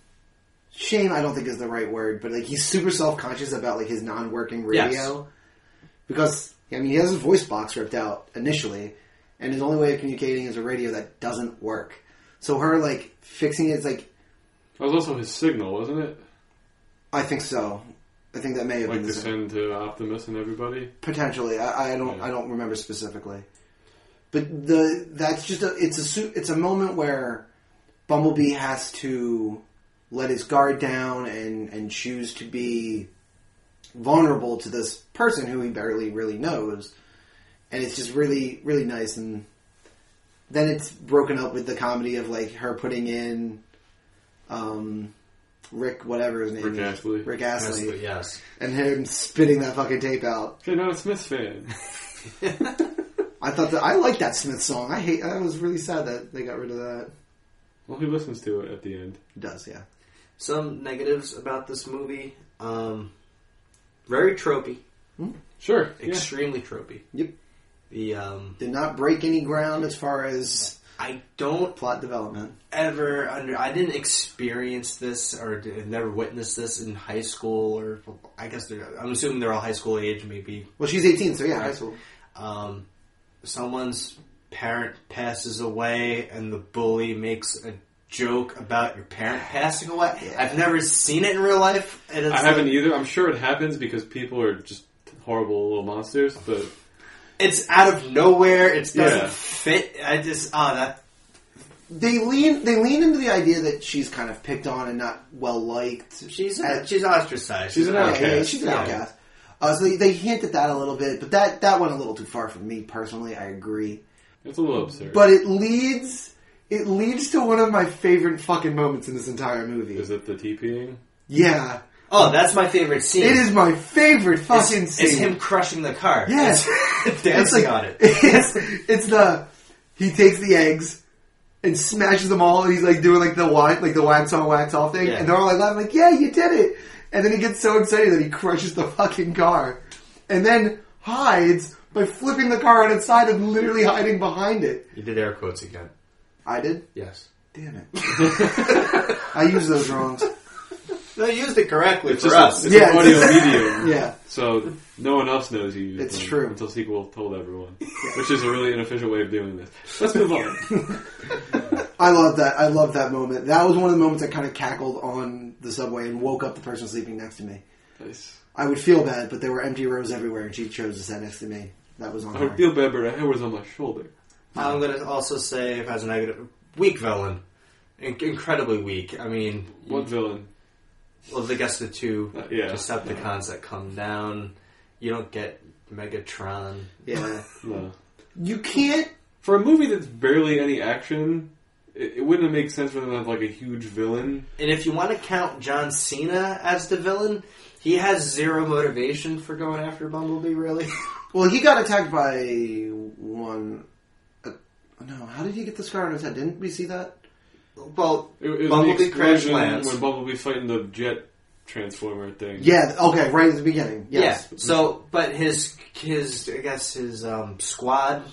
Speaker 2: shame. I don't think is the right word, but like he's super self conscious about like his non working radio,
Speaker 3: Yes.
Speaker 2: because I mean he has his voice box ripped out initially, and his only way of communicating is a radio that doesn't work. So her like fixing it is like
Speaker 1: That was also his signal, wasn't it?
Speaker 2: I think so. I think that may have
Speaker 1: Like
Speaker 2: been
Speaker 1: to
Speaker 2: the same.
Speaker 1: send to Optimus and everybody.
Speaker 2: potentially. I, I don't
Speaker 1: Yeah.
Speaker 2: I don't remember specifically, but the that's just a it's a su- it's a moment where Bumblebee has to let his guard down and and choose to be vulnerable to this person who he barely really knows, and it's just really really nice and. Then it's broken up with the comedy of like her putting in, um, Rick whatever his name
Speaker 1: Rick
Speaker 2: is
Speaker 1: Astley.
Speaker 2: Rick Astley,
Speaker 3: Yes, yes.
Speaker 2: and him spitting that fucking tape out.
Speaker 1: Hey, not a Smiths fan.
Speaker 2: I thought that I like that Smith song. I hate. I was really sad that they got rid of that.
Speaker 1: well, he listens to it at the end.
Speaker 2: It does yeah.
Speaker 3: Some negatives about this movie. Um, very tropey,
Speaker 1: Sure. Yeah.
Speaker 3: extremely tropey.
Speaker 2: Yep.
Speaker 3: The um,
Speaker 2: Did not break any ground as far as
Speaker 3: I don't
Speaker 2: plot development.
Speaker 3: ever under I didn't experience this or d- never witnessed this in high school or I guess they're, I'm assuming they're all high school age maybe
Speaker 2: Well, she's eighteen, so yeah, high school.
Speaker 3: um, someone's parent passes away and the bully makes a joke about your parent passing away I've never seen it in real life and it's
Speaker 1: I haven't
Speaker 3: like-
Speaker 1: either. I'm sure it happens because people are just horrible little monsters, but
Speaker 3: it's out of nowhere it doesn't
Speaker 1: Yeah.
Speaker 3: fit I just oh that
Speaker 2: They lean they lean into the idea that she's kind of picked on and not well liked.
Speaker 3: she's uh, she's ostracized
Speaker 1: She's an
Speaker 2: yeah,
Speaker 1: outcast.
Speaker 2: yeah, yeah, she's an
Speaker 3: Yeah.
Speaker 2: outcast. Uh, so they, they hint at that a little bit, but that that went a little too far for me personally. I agree.
Speaker 1: it's a little absurd.
Speaker 2: But it leads it leads to one of my favorite fucking moments in this entire movie.
Speaker 1: Is it the TPing?
Speaker 2: yeah.
Speaker 3: oh that's my favorite scene
Speaker 2: It is my favorite
Speaker 3: It's-
Speaker 2: fucking
Speaker 3: it's,
Speaker 2: scene.
Speaker 3: him crushing the car
Speaker 2: Yes.
Speaker 3: It's
Speaker 2: It's
Speaker 3: dancing
Speaker 2: like-
Speaker 3: on it
Speaker 2: It's, it's the he takes the eggs and smashes them all, and he's like doing like the wax, like the wax on wax off thing,
Speaker 3: Yeah.
Speaker 2: and they're all like, laughing, like, yeah, you did it!" And then he gets so excited that he crushes the fucking car, and then hides by flipping the car on its side and literally hiding behind it.
Speaker 3: You did air quotes again.
Speaker 2: I did.
Speaker 3: Yes.
Speaker 2: Damn it! I use those wrongs.
Speaker 3: They used it correctly
Speaker 1: It's
Speaker 3: for
Speaker 1: just
Speaker 3: us.
Speaker 1: A, it's
Speaker 2: Yeah,
Speaker 1: an audio
Speaker 2: it's-
Speaker 1: medium.
Speaker 2: Yeah.
Speaker 1: So no one else knows you. used
Speaker 2: It's
Speaker 1: them
Speaker 2: true.
Speaker 1: Until sequel told everyone, which is a really inefficient way of doing this. Let's move on.
Speaker 2: I love that. I love that moment. That was one of the moments I kind of cackled on the subway and woke up the person sleeping next to me.
Speaker 1: Nice.
Speaker 2: I would feel bad, but there were empty rows everywhere, and she chose to sit next to me. That was on
Speaker 1: I
Speaker 2: her.
Speaker 1: would feel bad, but I had was on my shoulder.
Speaker 3: I'm going to also say, if as a negative, weak villain. In- incredibly weak. I mean,
Speaker 2: Mm.
Speaker 1: What villain?
Speaker 3: well, I guess the two
Speaker 1: Uh, yeah.
Speaker 3: Decepticons that come down. You don't get Megatron.
Speaker 2: yeah,
Speaker 1: No.
Speaker 2: you can't.
Speaker 1: For a movie that's barely any action, it, it wouldn't make sense for them to have like a huge villain.
Speaker 3: And if you want to count John Cena as the villain, he has zero motivation for going after Bumblebee, really.
Speaker 2: Well, he got attacked by one. Uh, no, how did he get the scar on his head? Didn't we see that?
Speaker 3: well,
Speaker 1: It, it was
Speaker 3: Bumblebee
Speaker 1: an
Speaker 3: crash
Speaker 1: explosion
Speaker 3: lands.
Speaker 1: when Bumblebee fighting the jet transformer thing.
Speaker 2: Yeah. Okay. Right at the beginning. Yes.
Speaker 3: Yeah. So, but his his I guess his um, squad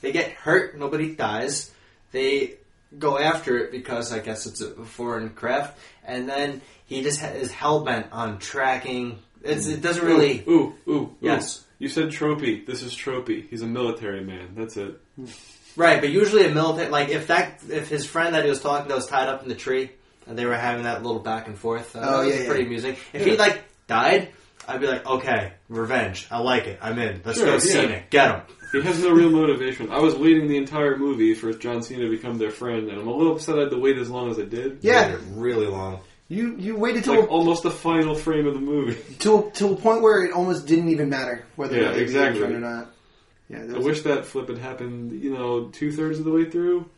Speaker 3: they get hurt. Nobody dies. They go after it because I guess it's a foreign craft, and then he just ha- is hell bent on tracking. It's, it doesn't really.
Speaker 1: Ooh, ooh, ooh.
Speaker 3: Yes.
Speaker 1: You said Tropy. This is Tropy. He's a military man. That's it.
Speaker 3: Right, but usually a militant, like if that, if his friend that he was talking to was tied up in the tree, and they were having that little back and forth, uh,
Speaker 2: Oh,
Speaker 3: that was
Speaker 2: yeah,
Speaker 3: pretty
Speaker 2: yeah.
Speaker 3: amusing. If he like died, I'd be like, okay, revenge. I like it. I'm in. Let's
Speaker 1: Sure,
Speaker 3: go
Speaker 1: yeah.
Speaker 3: scenic. Get him.
Speaker 1: He has no real motivation. I was waiting the entire movie for John Cena to become their friend, and I'm a little upset I had to wait as long as I did.
Speaker 2: Yeah,
Speaker 3: really long.
Speaker 2: you you waited
Speaker 1: It's
Speaker 2: till
Speaker 1: like almost the final frame of the movie.
Speaker 2: a, till till a point where it almost didn't even matter whether
Speaker 1: Yeah,
Speaker 2: or not you
Speaker 1: exactly.
Speaker 2: were in front or not. Yeah, that
Speaker 1: I
Speaker 2: was-
Speaker 1: wish that flip had happened, you know, two thirds of the way through.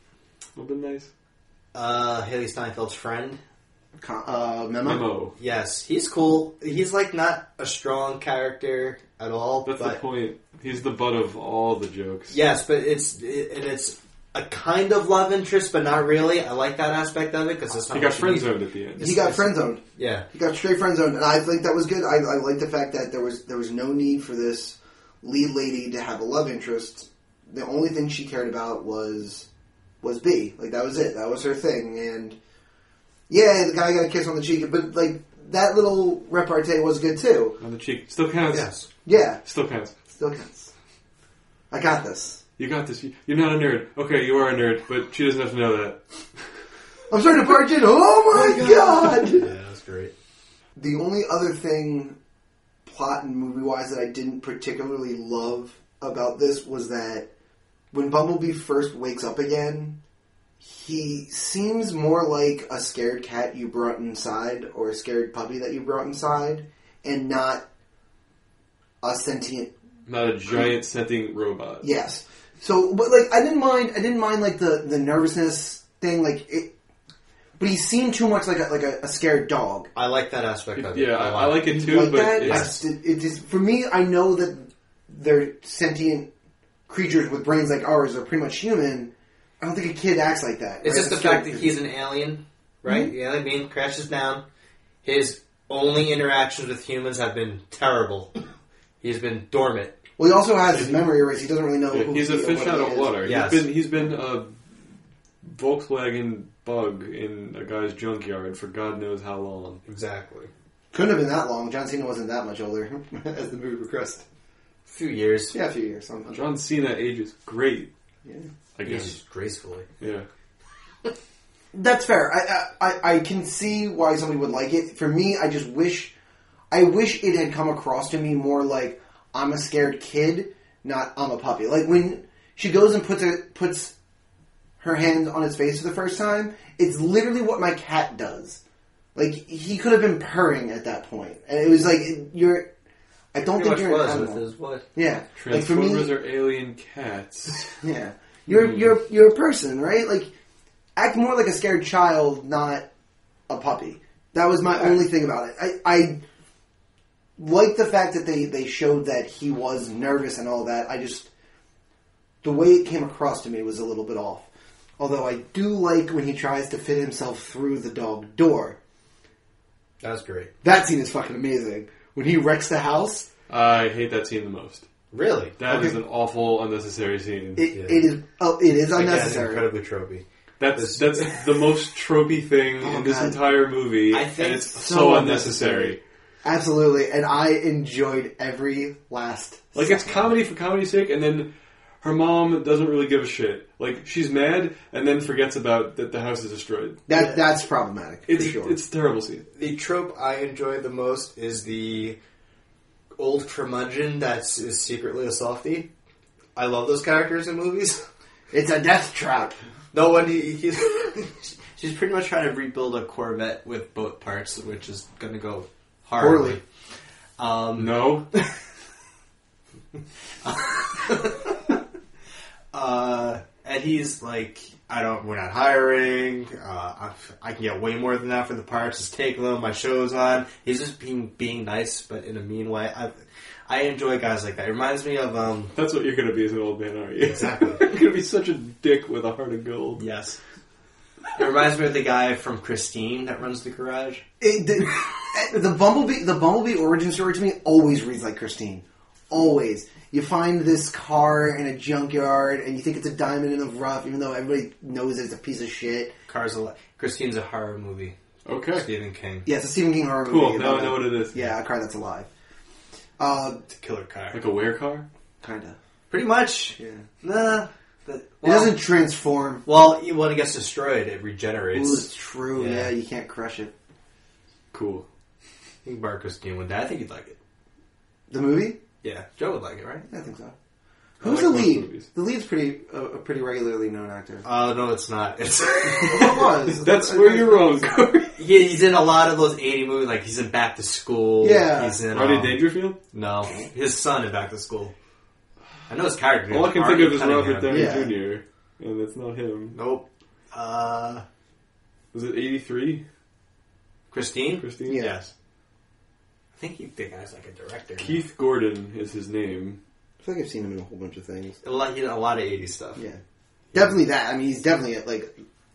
Speaker 1: Would have been nice.
Speaker 3: Uh, Haley Steinfeld's friend.
Speaker 2: co- uh, memo.
Speaker 1: Memo.
Speaker 3: Yes, he's cool. He's like not a strong character at all,
Speaker 1: That's the
Speaker 3: but
Speaker 1: point. He's the butt of all the jokes.
Speaker 3: yes, but it's it, and it's a kind of love interest, but not really. I like that aspect of it because it's not.
Speaker 1: He got
Speaker 3: what you
Speaker 1: friend
Speaker 3: need.
Speaker 1: zoned at the end.
Speaker 2: He got friend zoned.
Speaker 3: Yeah,
Speaker 2: He got straight friend zoned, and I think that was good. I, I liked the fact that there was there was no need for this lead lady to have a love interest. The only thing she cared about was was B. Like that was it. That was her thing. And yeah, the guy got a kiss on the cheek, but like that little repartee was good too.
Speaker 1: On the cheek. Still counts.
Speaker 3: yes.
Speaker 2: Yeah,
Speaker 1: Still counts.
Speaker 2: still counts. I got this.
Speaker 1: You got this. You- You're not a nerd. Okay, you are a nerd, but she doesn't have to know that.
Speaker 2: I'm starting to barge in. Oh my god.
Speaker 3: that's great.
Speaker 2: The only other thing, plot and movie wise, that I didn't particularly love about this was that when Bumblebee first wakes up again, he seems more like a scared cat you brought inside or a scared puppy that you brought inside, and not a sentient
Speaker 1: Not a giant scenting robot.
Speaker 2: Yes. So, but like, I didn't mind. I didn't mind like the the nervousness thing. Like it, but he seemed too much like a, like a, a scared dog.
Speaker 3: I like that aspect of it.
Speaker 1: Yeah, I, I like it too,
Speaker 2: like
Speaker 1: but
Speaker 2: that.
Speaker 1: it's-
Speaker 2: Yes. It, it just for me. I know that they're sentient creatures with brains like ours are pretty much human. I don't think a kid acts like that.
Speaker 3: It's
Speaker 2: right?
Speaker 3: just the
Speaker 2: A scared
Speaker 3: fact that
Speaker 2: creature.
Speaker 3: he's an alien, right? The alien being crashes down. His only interactions with humans have been terrible. He's been dormant.
Speaker 2: Well, he also has his memory erased. He doesn't really know.
Speaker 1: Yeah,
Speaker 2: who
Speaker 1: he's
Speaker 2: he
Speaker 1: a
Speaker 2: or
Speaker 1: fish
Speaker 2: what
Speaker 1: out
Speaker 2: he
Speaker 1: of
Speaker 2: is.
Speaker 1: water.
Speaker 3: Yes.
Speaker 1: He's been he's been a Volkswagen bug in a guy's junkyard for God knows how long.
Speaker 3: Exactly.
Speaker 2: Couldn't have been that long. John Cena wasn't that much older as the movie progressed.
Speaker 3: A few years.
Speaker 2: Yeah, a few years. Something.
Speaker 1: John Cena ages great.
Speaker 2: Yeah.
Speaker 1: I guess.
Speaker 3: Ages gracefully.
Speaker 1: Yeah.
Speaker 2: That's fair. I, I- I I can see why somebody would like it. For me, I just wish I wish it had come across to me more like I'm a scared kid, not I'm a puppy. Like when she goes and puts her puts her hand on his face for the first time, it's literally what my cat does. Like he could have been purring at that point, and it was like you're. I don't
Speaker 3: Pretty
Speaker 2: think
Speaker 3: much
Speaker 2: you're an
Speaker 3: was with
Speaker 2: animal.
Speaker 3: his what?
Speaker 2: Yeah, like for
Speaker 1: Transformers
Speaker 2: me,
Speaker 1: are alien cats.
Speaker 2: yeah, you're you're you're a person, right? Like, act more like a scared child, not a puppy. That was my only thing about it. I, I like the fact that they they showed that he was nervous and all that. I just the way it came across to me was a little bit off. Although I do like when he tries to fit himself through the dog door.
Speaker 3: That was great.
Speaker 2: That scene is fucking amazing. When he wrecks the house,
Speaker 1: I hate that scene the most.
Speaker 3: Really?
Speaker 1: That is
Speaker 2: Okay.
Speaker 1: an awful, unnecessary scene.
Speaker 2: it,
Speaker 3: Yeah.
Speaker 2: it is oh, it is unnecessary.
Speaker 3: incredibly tropey.
Speaker 1: that's that's the most tropey thing
Speaker 2: Oh,
Speaker 1: in this
Speaker 2: God.
Speaker 1: entire movie,
Speaker 3: I think
Speaker 1: and it's
Speaker 3: so
Speaker 1: so,
Speaker 2: unnecessary.
Speaker 1: unnecessary.
Speaker 2: Absolutely, and I enjoyed every last.
Speaker 1: Like it's comedy for comedy's sake, and then her mom doesn't really give a shit. Like she's mad and then forgets about that the house is destroyed.
Speaker 2: That
Speaker 3: Yeah.
Speaker 2: that's problematic
Speaker 1: It's
Speaker 2: for sure.
Speaker 1: it's terrible scene.
Speaker 3: The trope I enjoy the most is the old curmudgeon that's is secretly a softie. I love those characters in movies.
Speaker 2: It's a death trap.
Speaker 3: No one. He, he's she's pretty much trying to rebuild a Corvette with boat parts, which is going to go horribly.
Speaker 2: Poorly.
Speaker 3: Um,
Speaker 1: No,
Speaker 3: uh, and he's like, I don't. We're not hiring. Uh, I, I can get way more than that for the parts. Just take them. My show's on. He's just being being nice, but in a mean way. I I enjoy guys like that. It reminds me of um.
Speaker 1: that's what you're gonna be as an old man, aren't you?
Speaker 3: Exactly.
Speaker 1: you're gonna be such a dick with a heart of gold.
Speaker 3: Yes. It reminds me of the guy from Christine that runs the garage.
Speaker 2: It, the, the bumblebee, the bumblebee origin story to me always reads like Christine. Always. You find this car in a junkyard and you think it's a diamond in the rough, even though everybody knows it's a piece of shit.
Speaker 3: Cars a lot. Christine's a horror movie.
Speaker 1: Okay.
Speaker 3: Stephen King.
Speaker 2: Yeah, it's a Stephen King horror
Speaker 1: Cool.
Speaker 2: movie.
Speaker 1: Now I
Speaker 2: about
Speaker 1: know
Speaker 2: a-
Speaker 1: what it is.
Speaker 2: Yeah, a car that's alive. Uh,
Speaker 3: It's a killer car.
Speaker 1: Like a wear car?
Speaker 2: kinda.
Speaker 3: Pretty much.
Speaker 2: Yeah.
Speaker 3: Nah. But,
Speaker 2: It doesn't transform.
Speaker 3: Well, e- when it gets destroyed, it
Speaker 2: Ooh,
Speaker 3: regenerates.
Speaker 2: it's true.
Speaker 3: yeah.
Speaker 2: Yeah. you can't crush it.
Speaker 1: Cool.
Speaker 3: I think Bar Christine would die. I think he'd like it.
Speaker 2: The movie?
Speaker 3: Yeah, Joe would like it, right?
Speaker 2: I think so.
Speaker 1: I like
Speaker 2: Who's the
Speaker 1: most
Speaker 2: lead?
Speaker 1: movies.
Speaker 2: The lead's pretty uh, a pretty regularly known actor.
Speaker 3: Uh, no, it's not. It's
Speaker 2: It was.
Speaker 1: That's where you're wrong, Corey.
Speaker 3: yeah, he's in a lot of those '80 movies. Like he's in Back to School.
Speaker 2: Yeah.
Speaker 3: he's in.
Speaker 1: Rodney
Speaker 3: um,
Speaker 1: Dangerfield?
Speaker 3: No, his son in Back to School. I know his character. name
Speaker 1: All I can think
Speaker 3: Artie
Speaker 1: of is Robert
Speaker 3: Cunningham.
Speaker 1: Downey
Speaker 2: Yeah.
Speaker 1: Jr. And that's not him.
Speaker 3: Nope. Uh,
Speaker 1: Was it 83?
Speaker 3: Christine.
Speaker 1: Christine?
Speaker 2: Yeah.
Speaker 3: Yes. I think he the guy's like a director.
Speaker 1: Keith Gordon is his name.
Speaker 2: I feel like I've seen him in a whole bunch of things.
Speaker 3: A lot, he did a lot of '80s stuff.
Speaker 2: Yeah, definitely that. I mean, he's definitely at like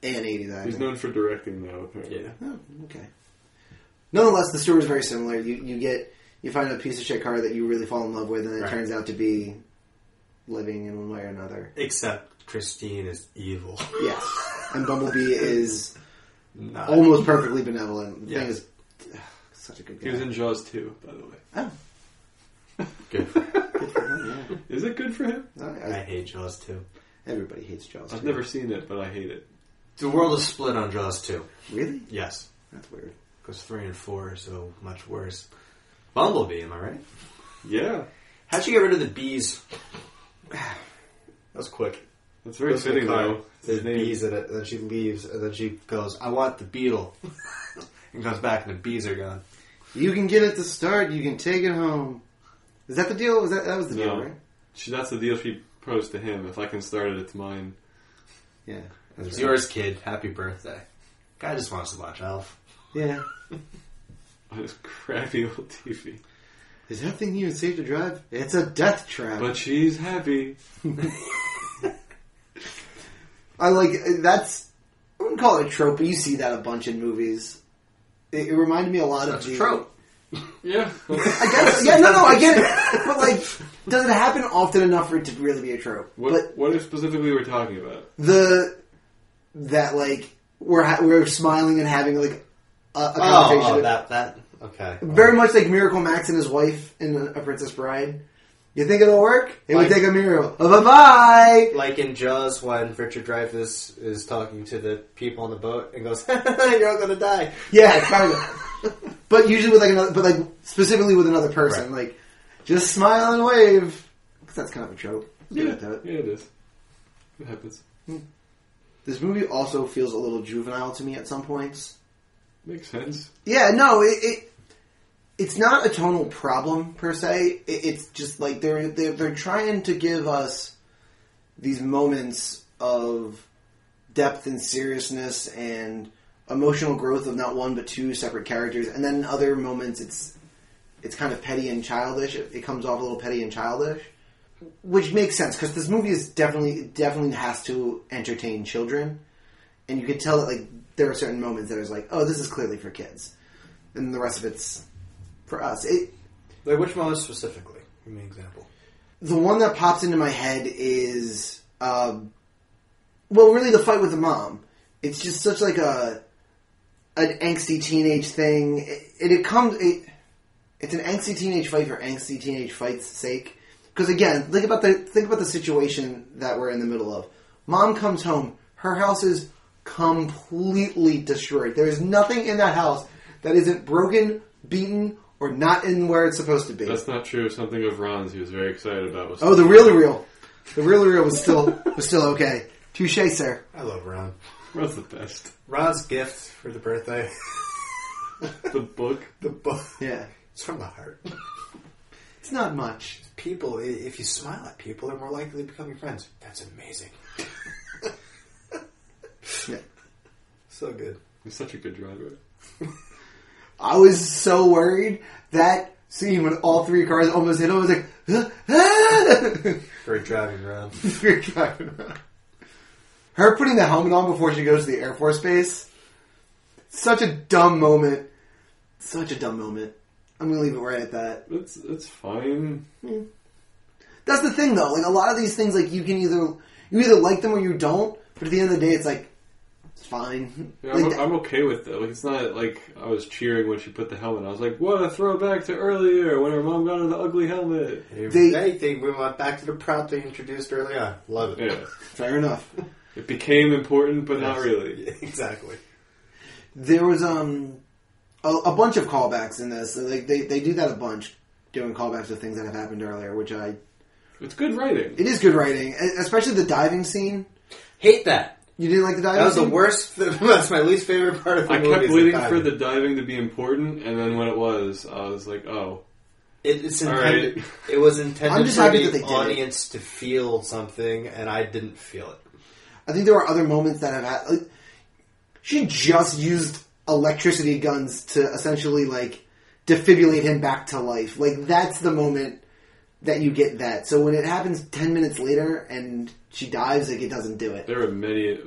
Speaker 2: an eighty. That I
Speaker 1: He's
Speaker 2: think.
Speaker 1: known for directing, though, apparently.
Speaker 3: Yeah.
Speaker 2: Oh, okay. Nonetheless, the story is very similar. You you get you find a piece of shit car that you really fall in love with, and it
Speaker 3: Right.
Speaker 2: turns out to be living in one way or another.
Speaker 3: Except Christine is evil.
Speaker 2: Yes, and Bumblebee is
Speaker 3: Not-
Speaker 2: almost perfectly benevolent. The
Speaker 3: Yeah.
Speaker 2: thing is ugh, such a good guy.
Speaker 1: He was in Jaws 2, by the way.
Speaker 2: oh,
Speaker 3: Good.
Speaker 2: good for him,
Speaker 1: Is it good for him?
Speaker 2: yeah. I-
Speaker 3: I
Speaker 2: I-
Speaker 3: hate Jaws too.
Speaker 2: everybody hates Jaws.
Speaker 1: I've
Speaker 2: too.
Speaker 1: never seen it, but I hate it.
Speaker 3: The world is split on Jaws too.
Speaker 2: really.
Speaker 3: Yes,
Speaker 2: That's weird.
Speaker 3: because three and four are so much worse. Bumblebee, am I right?
Speaker 1: Yeah.
Speaker 3: How'd you get rid of the bees? that was quick.
Speaker 1: That's very
Speaker 3: Goes to the
Speaker 1: fitting,
Speaker 3: car.
Speaker 1: though. It's
Speaker 3: There's
Speaker 1: his name.
Speaker 3: bees in it, and then she leaves, and then she goes, "I want the beetle," and comes back, and the bees are gone.
Speaker 2: You can get it to start. You can take it home. Is that the deal? Was that that was the deal,
Speaker 1: No.
Speaker 2: right?
Speaker 1: She, that's the deal she proposed to him. If I can start it, it's mine.
Speaker 2: Yeah.
Speaker 3: It's yours, kid. Happy birthday. Guy just wants to watch Alf.
Speaker 2: Yeah.
Speaker 1: On his crappy old TV.
Speaker 2: Is that thing even safe to drive? It's a death trap.
Speaker 1: But she's happy.
Speaker 2: I like that's. I wouldn't call it a trope, but you see that a bunch in movies. It, it reminded me a lot
Speaker 3: That's
Speaker 2: of the
Speaker 3: a trope.
Speaker 1: Yeah.
Speaker 2: I guess. Yeah. No. No. I get it. But like, does it happen often enough for it to really be a trope?
Speaker 1: what,
Speaker 2: But
Speaker 1: what specifically we're talking about?
Speaker 2: the that like we're ha- we're smiling and having like a, a
Speaker 3: Oh,
Speaker 2: conversation.
Speaker 3: oh, that that okay.
Speaker 2: Very much like Miracle Max and his wife in A Princess Bride. You think it'll work? It
Speaker 3: Like-
Speaker 2: would take a miracle. Bye bye.
Speaker 3: like in Jaws when Richard Dreyfuss is talking to the people on the boat and goes, "You're all gonna die."
Speaker 2: Yeah, kind of. but usually with like another, but like specifically with another person, like just smile and wave. 'Cause that's kind of a trope.
Speaker 1: Yeah,
Speaker 2: Get it.
Speaker 1: yeah, it is. It happens.
Speaker 2: This movie also feels a little juvenile to me at some points.
Speaker 1: Makes sense.
Speaker 2: Yeah, no, it, it it's not a tonal problem per se. It, it's just like they're, they're they're trying to give us these moments of depth and seriousness and emotional growth of not one but two separate characters, and then in other moments it's it's kind of petty and childish. It, it comes off a little petty and childish, which makes sense because this movie is definitely it definitely has to entertain children and you could tell that like there are certain moments that is like, oh, this is clearly for kids, and the rest of it's for us. It
Speaker 3: Like which moment specifically? Give me an example.
Speaker 2: the one that pops into my head is, um, well, really the fight with the mom. It's just such like a an angsty teenage thing. It it, it comes it. It's an angsty teenage fight for angsty teenage fight's sake. Because again, think about the think about the situation that we're in the middle of. Mom comes home. Her house is completely destroyed. There is nothing in that house that isn't broken, beaten, or not in where it's supposed to be.
Speaker 1: That's not true. Something of Ron's he was very excited about was
Speaker 2: Oh, the real real. The real real was still was still okay. Touche, sir.
Speaker 3: I love Ron.
Speaker 1: Ron's the best.
Speaker 3: Ron's gift for the birthday,
Speaker 1: The book.
Speaker 3: the book.
Speaker 2: Yeah.
Speaker 3: It's from the heart.
Speaker 2: It's not much.
Speaker 3: People, i- if you smile at people, they're more likely to become your friends. That's amazing.
Speaker 2: Yeah.
Speaker 3: So good.
Speaker 1: He's such a good driver.
Speaker 2: I was so worried that scene when all three cars almost hit him, I was like, "Huh? Ah!"
Speaker 3: Great driving, Ron.
Speaker 2: We're driving around. Her putting the helmet on before she goes to the Air Force Base. Such a dumb moment. Such a dumb moment. I'm gonna leave it right at that.
Speaker 1: That's that's fine.
Speaker 2: That's the thing though. Like a lot of these things, like you can either you either like them or you don't. But at the end of the day, it's like it's fine.
Speaker 1: Yeah,
Speaker 2: Like,
Speaker 1: I'm, I'm okay with that. Like, it's not like I was cheering when she put the helmet. on. I was like, "What a throwback to earlier when her mom got her the ugly helmet."
Speaker 3: If
Speaker 2: They-
Speaker 3: anything, we went back to the prop they introduced early on. Love it.
Speaker 1: Yeah,
Speaker 2: fair enough.
Speaker 1: it became important, but not really.
Speaker 3: Yeah, exactly.
Speaker 2: there was um a, a bunch of callbacks in this. Like they, they do that a bunch, doing callbacks to things that have happened earlier. Which I
Speaker 1: It's good writing.
Speaker 2: it is good writing, e- especially the diving scene.
Speaker 3: Hate that.
Speaker 2: You didn't like the diving.
Speaker 3: That was the
Speaker 2: scene?
Speaker 3: worst. That's my least favorite part of the
Speaker 1: I
Speaker 3: movie.
Speaker 1: kept
Speaker 3: is the
Speaker 1: waiting
Speaker 3: diving.
Speaker 1: for the diving to be important, and then when it was, I was like, "Oh,
Speaker 3: It, it's
Speaker 1: All
Speaker 3: intended.
Speaker 1: right.
Speaker 3: It was intended
Speaker 2: I'm just
Speaker 3: for
Speaker 2: happy
Speaker 3: the
Speaker 2: that they did it.
Speaker 3: audience to feel something, and I didn't feel it.
Speaker 2: I think there are other moments that have had. Like, she just used electricity guns to essentially like defibrillate him back to life. Like that's the moment that you get that. So when it happens ten minutes later and she dives, like it doesn't do it.
Speaker 1: there were many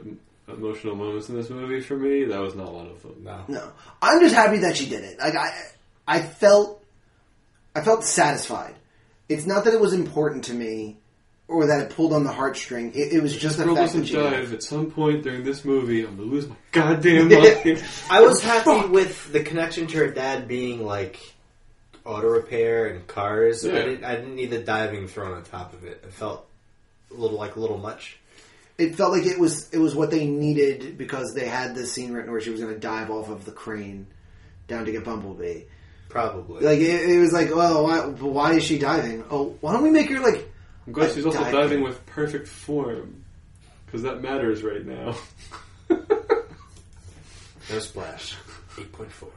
Speaker 1: emotional moments in this movie for me. That was not one of them."
Speaker 3: No.
Speaker 2: No, I'm just happy that she did it. Like I, I felt, I felt satisfied. It's not that it was important to me, or that it pulled on the heartstring. It, it was just the
Speaker 1: Girl
Speaker 2: fact
Speaker 1: doesn't
Speaker 2: that she. did it.
Speaker 1: dive at some point during this movie. I'm gonna lose my goddamn mind.
Speaker 3: I was happy with the connection to her dad being like auto repair and cars. I
Speaker 1: Yeah.
Speaker 3: didn't. I didn't need the diving thrown on top of it. It felt a little like a little much.
Speaker 2: It felt like it was it was what they needed because they had this scene written where she was going to dive off of the crane down to get Bumblebee.
Speaker 3: Probably.
Speaker 2: Like it, it was like, well, why, why is she diving? Oh, why don't we make her like?
Speaker 1: I'm glad she's
Speaker 2: a
Speaker 1: also
Speaker 2: diver.
Speaker 1: diving with perfect form because that matters right now.
Speaker 3: no splash. Eight point four.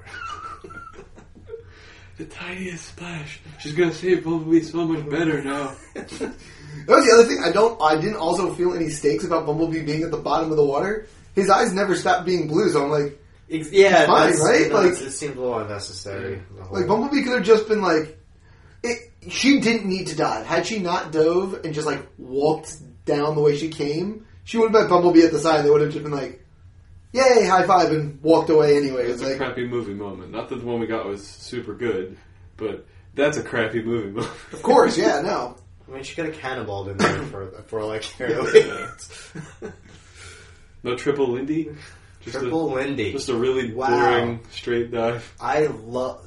Speaker 1: The tiniest splash. She's gonna save Bumblebee so much better now.
Speaker 2: That was the other thing. I don't. I didn't also feel any stakes about Bumblebee being at the bottom of the water. His eyes never stopped being blue, so I'm like,
Speaker 3: Ex- yeah,
Speaker 2: Fine,
Speaker 3: that's-
Speaker 2: right?
Speaker 3: no,
Speaker 2: Like-
Speaker 3: it seemed a little unnecessary. the whole-
Speaker 2: Like Bumblebee could have just been like, it, she didn't need to dive. Had she not dove and just like walked down the way she came, she would have met Bumblebee at the side. They would have just been like, "Yay, high five!" and walked away anyway. It's
Speaker 1: It's a
Speaker 2: like
Speaker 1: crappy movie moment. Not that the one we got was super good, but that's a crappy movie moment.
Speaker 2: Of course, yeah, no.
Speaker 3: I mean, she could have cannonballed in there for for like airlanes.
Speaker 1: No triple Lindy. Just
Speaker 3: Triple
Speaker 1: A,
Speaker 3: Lindy.
Speaker 1: just a really
Speaker 3: Wow.
Speaker 1: boring straight dive.
Speaker 3: I love.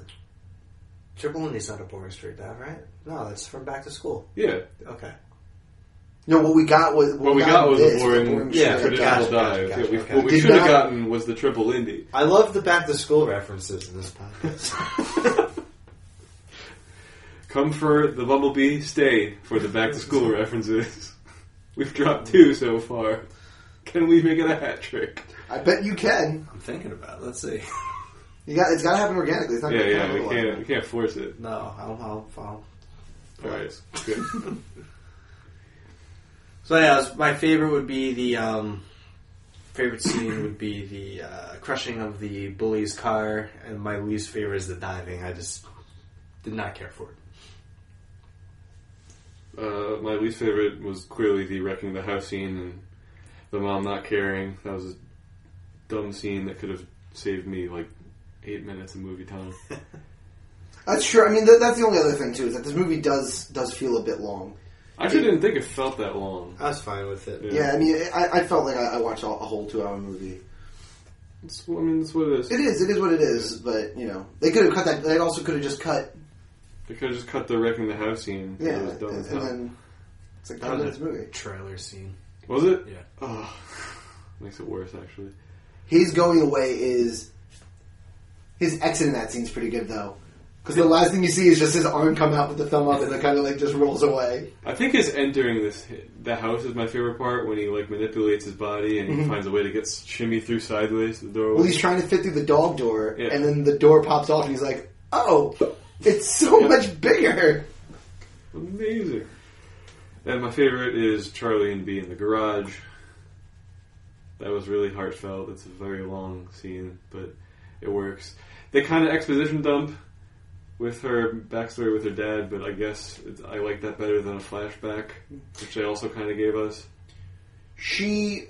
Speaker 3: Triple Lindy's not a boring street dive, right? No, that's from Back to School.
Speaker 1: Yeah,
Speaker 3: Okay.
Speaker 2: No, what we got was
Speaker 1: what we got was a
Speaker 2: this,
Speaker 1: boring,
Speaker 3: yeah,
Speaker 2: straight
Speaker 1: traditional
Speaker 2: dive.
Speaker 3: gotcha,
Speaker 1: dive.
Speaker 3: gotcha,
Speaker 1: Yeah, we-
Speaker 3: okay.
Speaker 1: What we
Speaker 2: Did
Speaker 1: should have
Speaker 2: not-
Speaker 1: gotten was the triple Lindy.
Speaker 3: I love the Back to School references in this podcast.
Speaker 1: Come for the Bumblebee, stay for the back to school references. We've dropped two so far. Can we make it a hat trick?
Speaker 2: I bet you can.
Speaker 3: I'm thinking about. it. Let's see.
Speaker 2: You got it's got to happen organically. It's not
Speaker 1: Yeah,
Speaker 2: gonna
Speaker 1: yeah,
Speaker 2: happen
Speaker 1: we
Speaker 2: otherwise.
Speaker 1: can't, we can't force it.
Speaker 3: No, I'll. I'll, I'll.
Speaker 1: Alright, good.
Speaker 3: So yeah, it was- my favorite would be the um, favorite scene would be the uh, crushing of the bully's car, and my least favorite is the diving. I just did not care for it.
Speaker 1: Uh, my least favorite was clearly the wrecking the house scene and the mom not caring. That was a dumb scene that could have saved me like eight minutes of movie time.
Speaker 2: That's true. I mean, th- that's the only other thing too is that this movie does does feel a bit long.
Speaker 1: I actually didn't think it felt that long.
Speaker 3: I was fine with it.
Speaker 2: Yeah, I mean, I, I felt like I, I watched a a whole two hour movie.
Speaker 1: It's, I mean, that's what it is.
Speaker 2: It is. It is what it is. But you know, they could have cut that. They also could have just cut.
Speaker 1: They could have just cut the wrecking the house scene.
Speaker 2: Yeah,
Speaker 1: It was dumb
Speaker 2: and,
Speaker 1: as
Speaker 2: and
Speaker 1: hell.
Speaker 2: then it's like
Speaker 3: Cut
Speaker 2: nine
Speaker 3: it.
Speaker 2: minutes movie.
Speaker 3: Trailer scene.
Speaker 1: Was it?
Speaker 3: Yeah.
Speaker 1: Oh, makes it worse actually.
Speaker 2: His going away is his exit in that scene's pretty good though, because the last thing you see is just his arm come out with the thumb up and it kind of like just rolls away.
Speaker 1: I think his entering this the house is my favorite part when he like manipulates his body and he finds a way to get shimmy through sideways the doorway.
Speaker 2: Mm-hmm. Well, he's trying to fit through the dog door,
Speaker 1: Yeah.
Speaker 2: and then the door pops off, and he's like, "Oh, it's so
Speaker 1: Yeah.
Speaker 2: much bigger."
Speaker 1: Amazing. And my favorite is Charlie and B in the garage. That was really heartfelt. It's a very long scene, but it works. They kind of exposition dump with her backstory with her dad, but I guess it's, I like that better than a flashback, which they also kind of gave us.
Speaker 2: she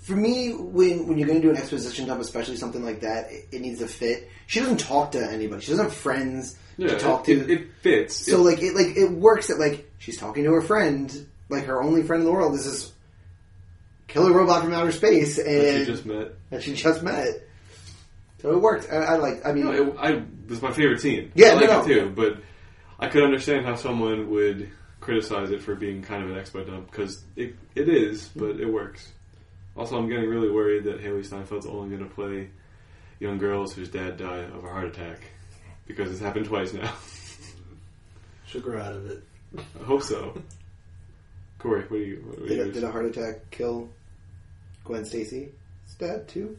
Speaker 2: for me when when you're going to do an exposition dump especially something like that it, it needs to fit she doesn't talk to anybody she doesn't have friends
Speaker 1: Yeah,
Speaker 2: to talk
Speaker 1: it,
Speaker 2: to
Speaker 1: it, it fits.
Speaker 2: so like it like it works that like She's talking to her friend, like her only friend in the world. This is killer robot from outer space,
Speaker 1: that
Speaker 2: and
Speaker 1: she just met.
Speaker 2: that she just met. So it worked. I, I like. I mean,
Speaker 1: No, it, I it was my favorite scene.
Speaker 2: Yeah,
Speaker 1: I like
Speaker 2: no,
Speaker 1: it
Speaker 2: no.
Speaker 1: too, but I could understand how someone would criticize it for being kind of an expo dump because it, it is, but it works. Also, I'm getting really worried that Haley Steinfeld's only going to play young girls whose dad died of a heart attack because it's happened twice now.
Speaker 3: Shook her out of it.
Speaker 1: I hope so. Corey, what do you? What are
Speaker 2: did, a,
Speaker 1: yours?
Speaker 2: did a heart attack kill Gwen Stacy's dad too?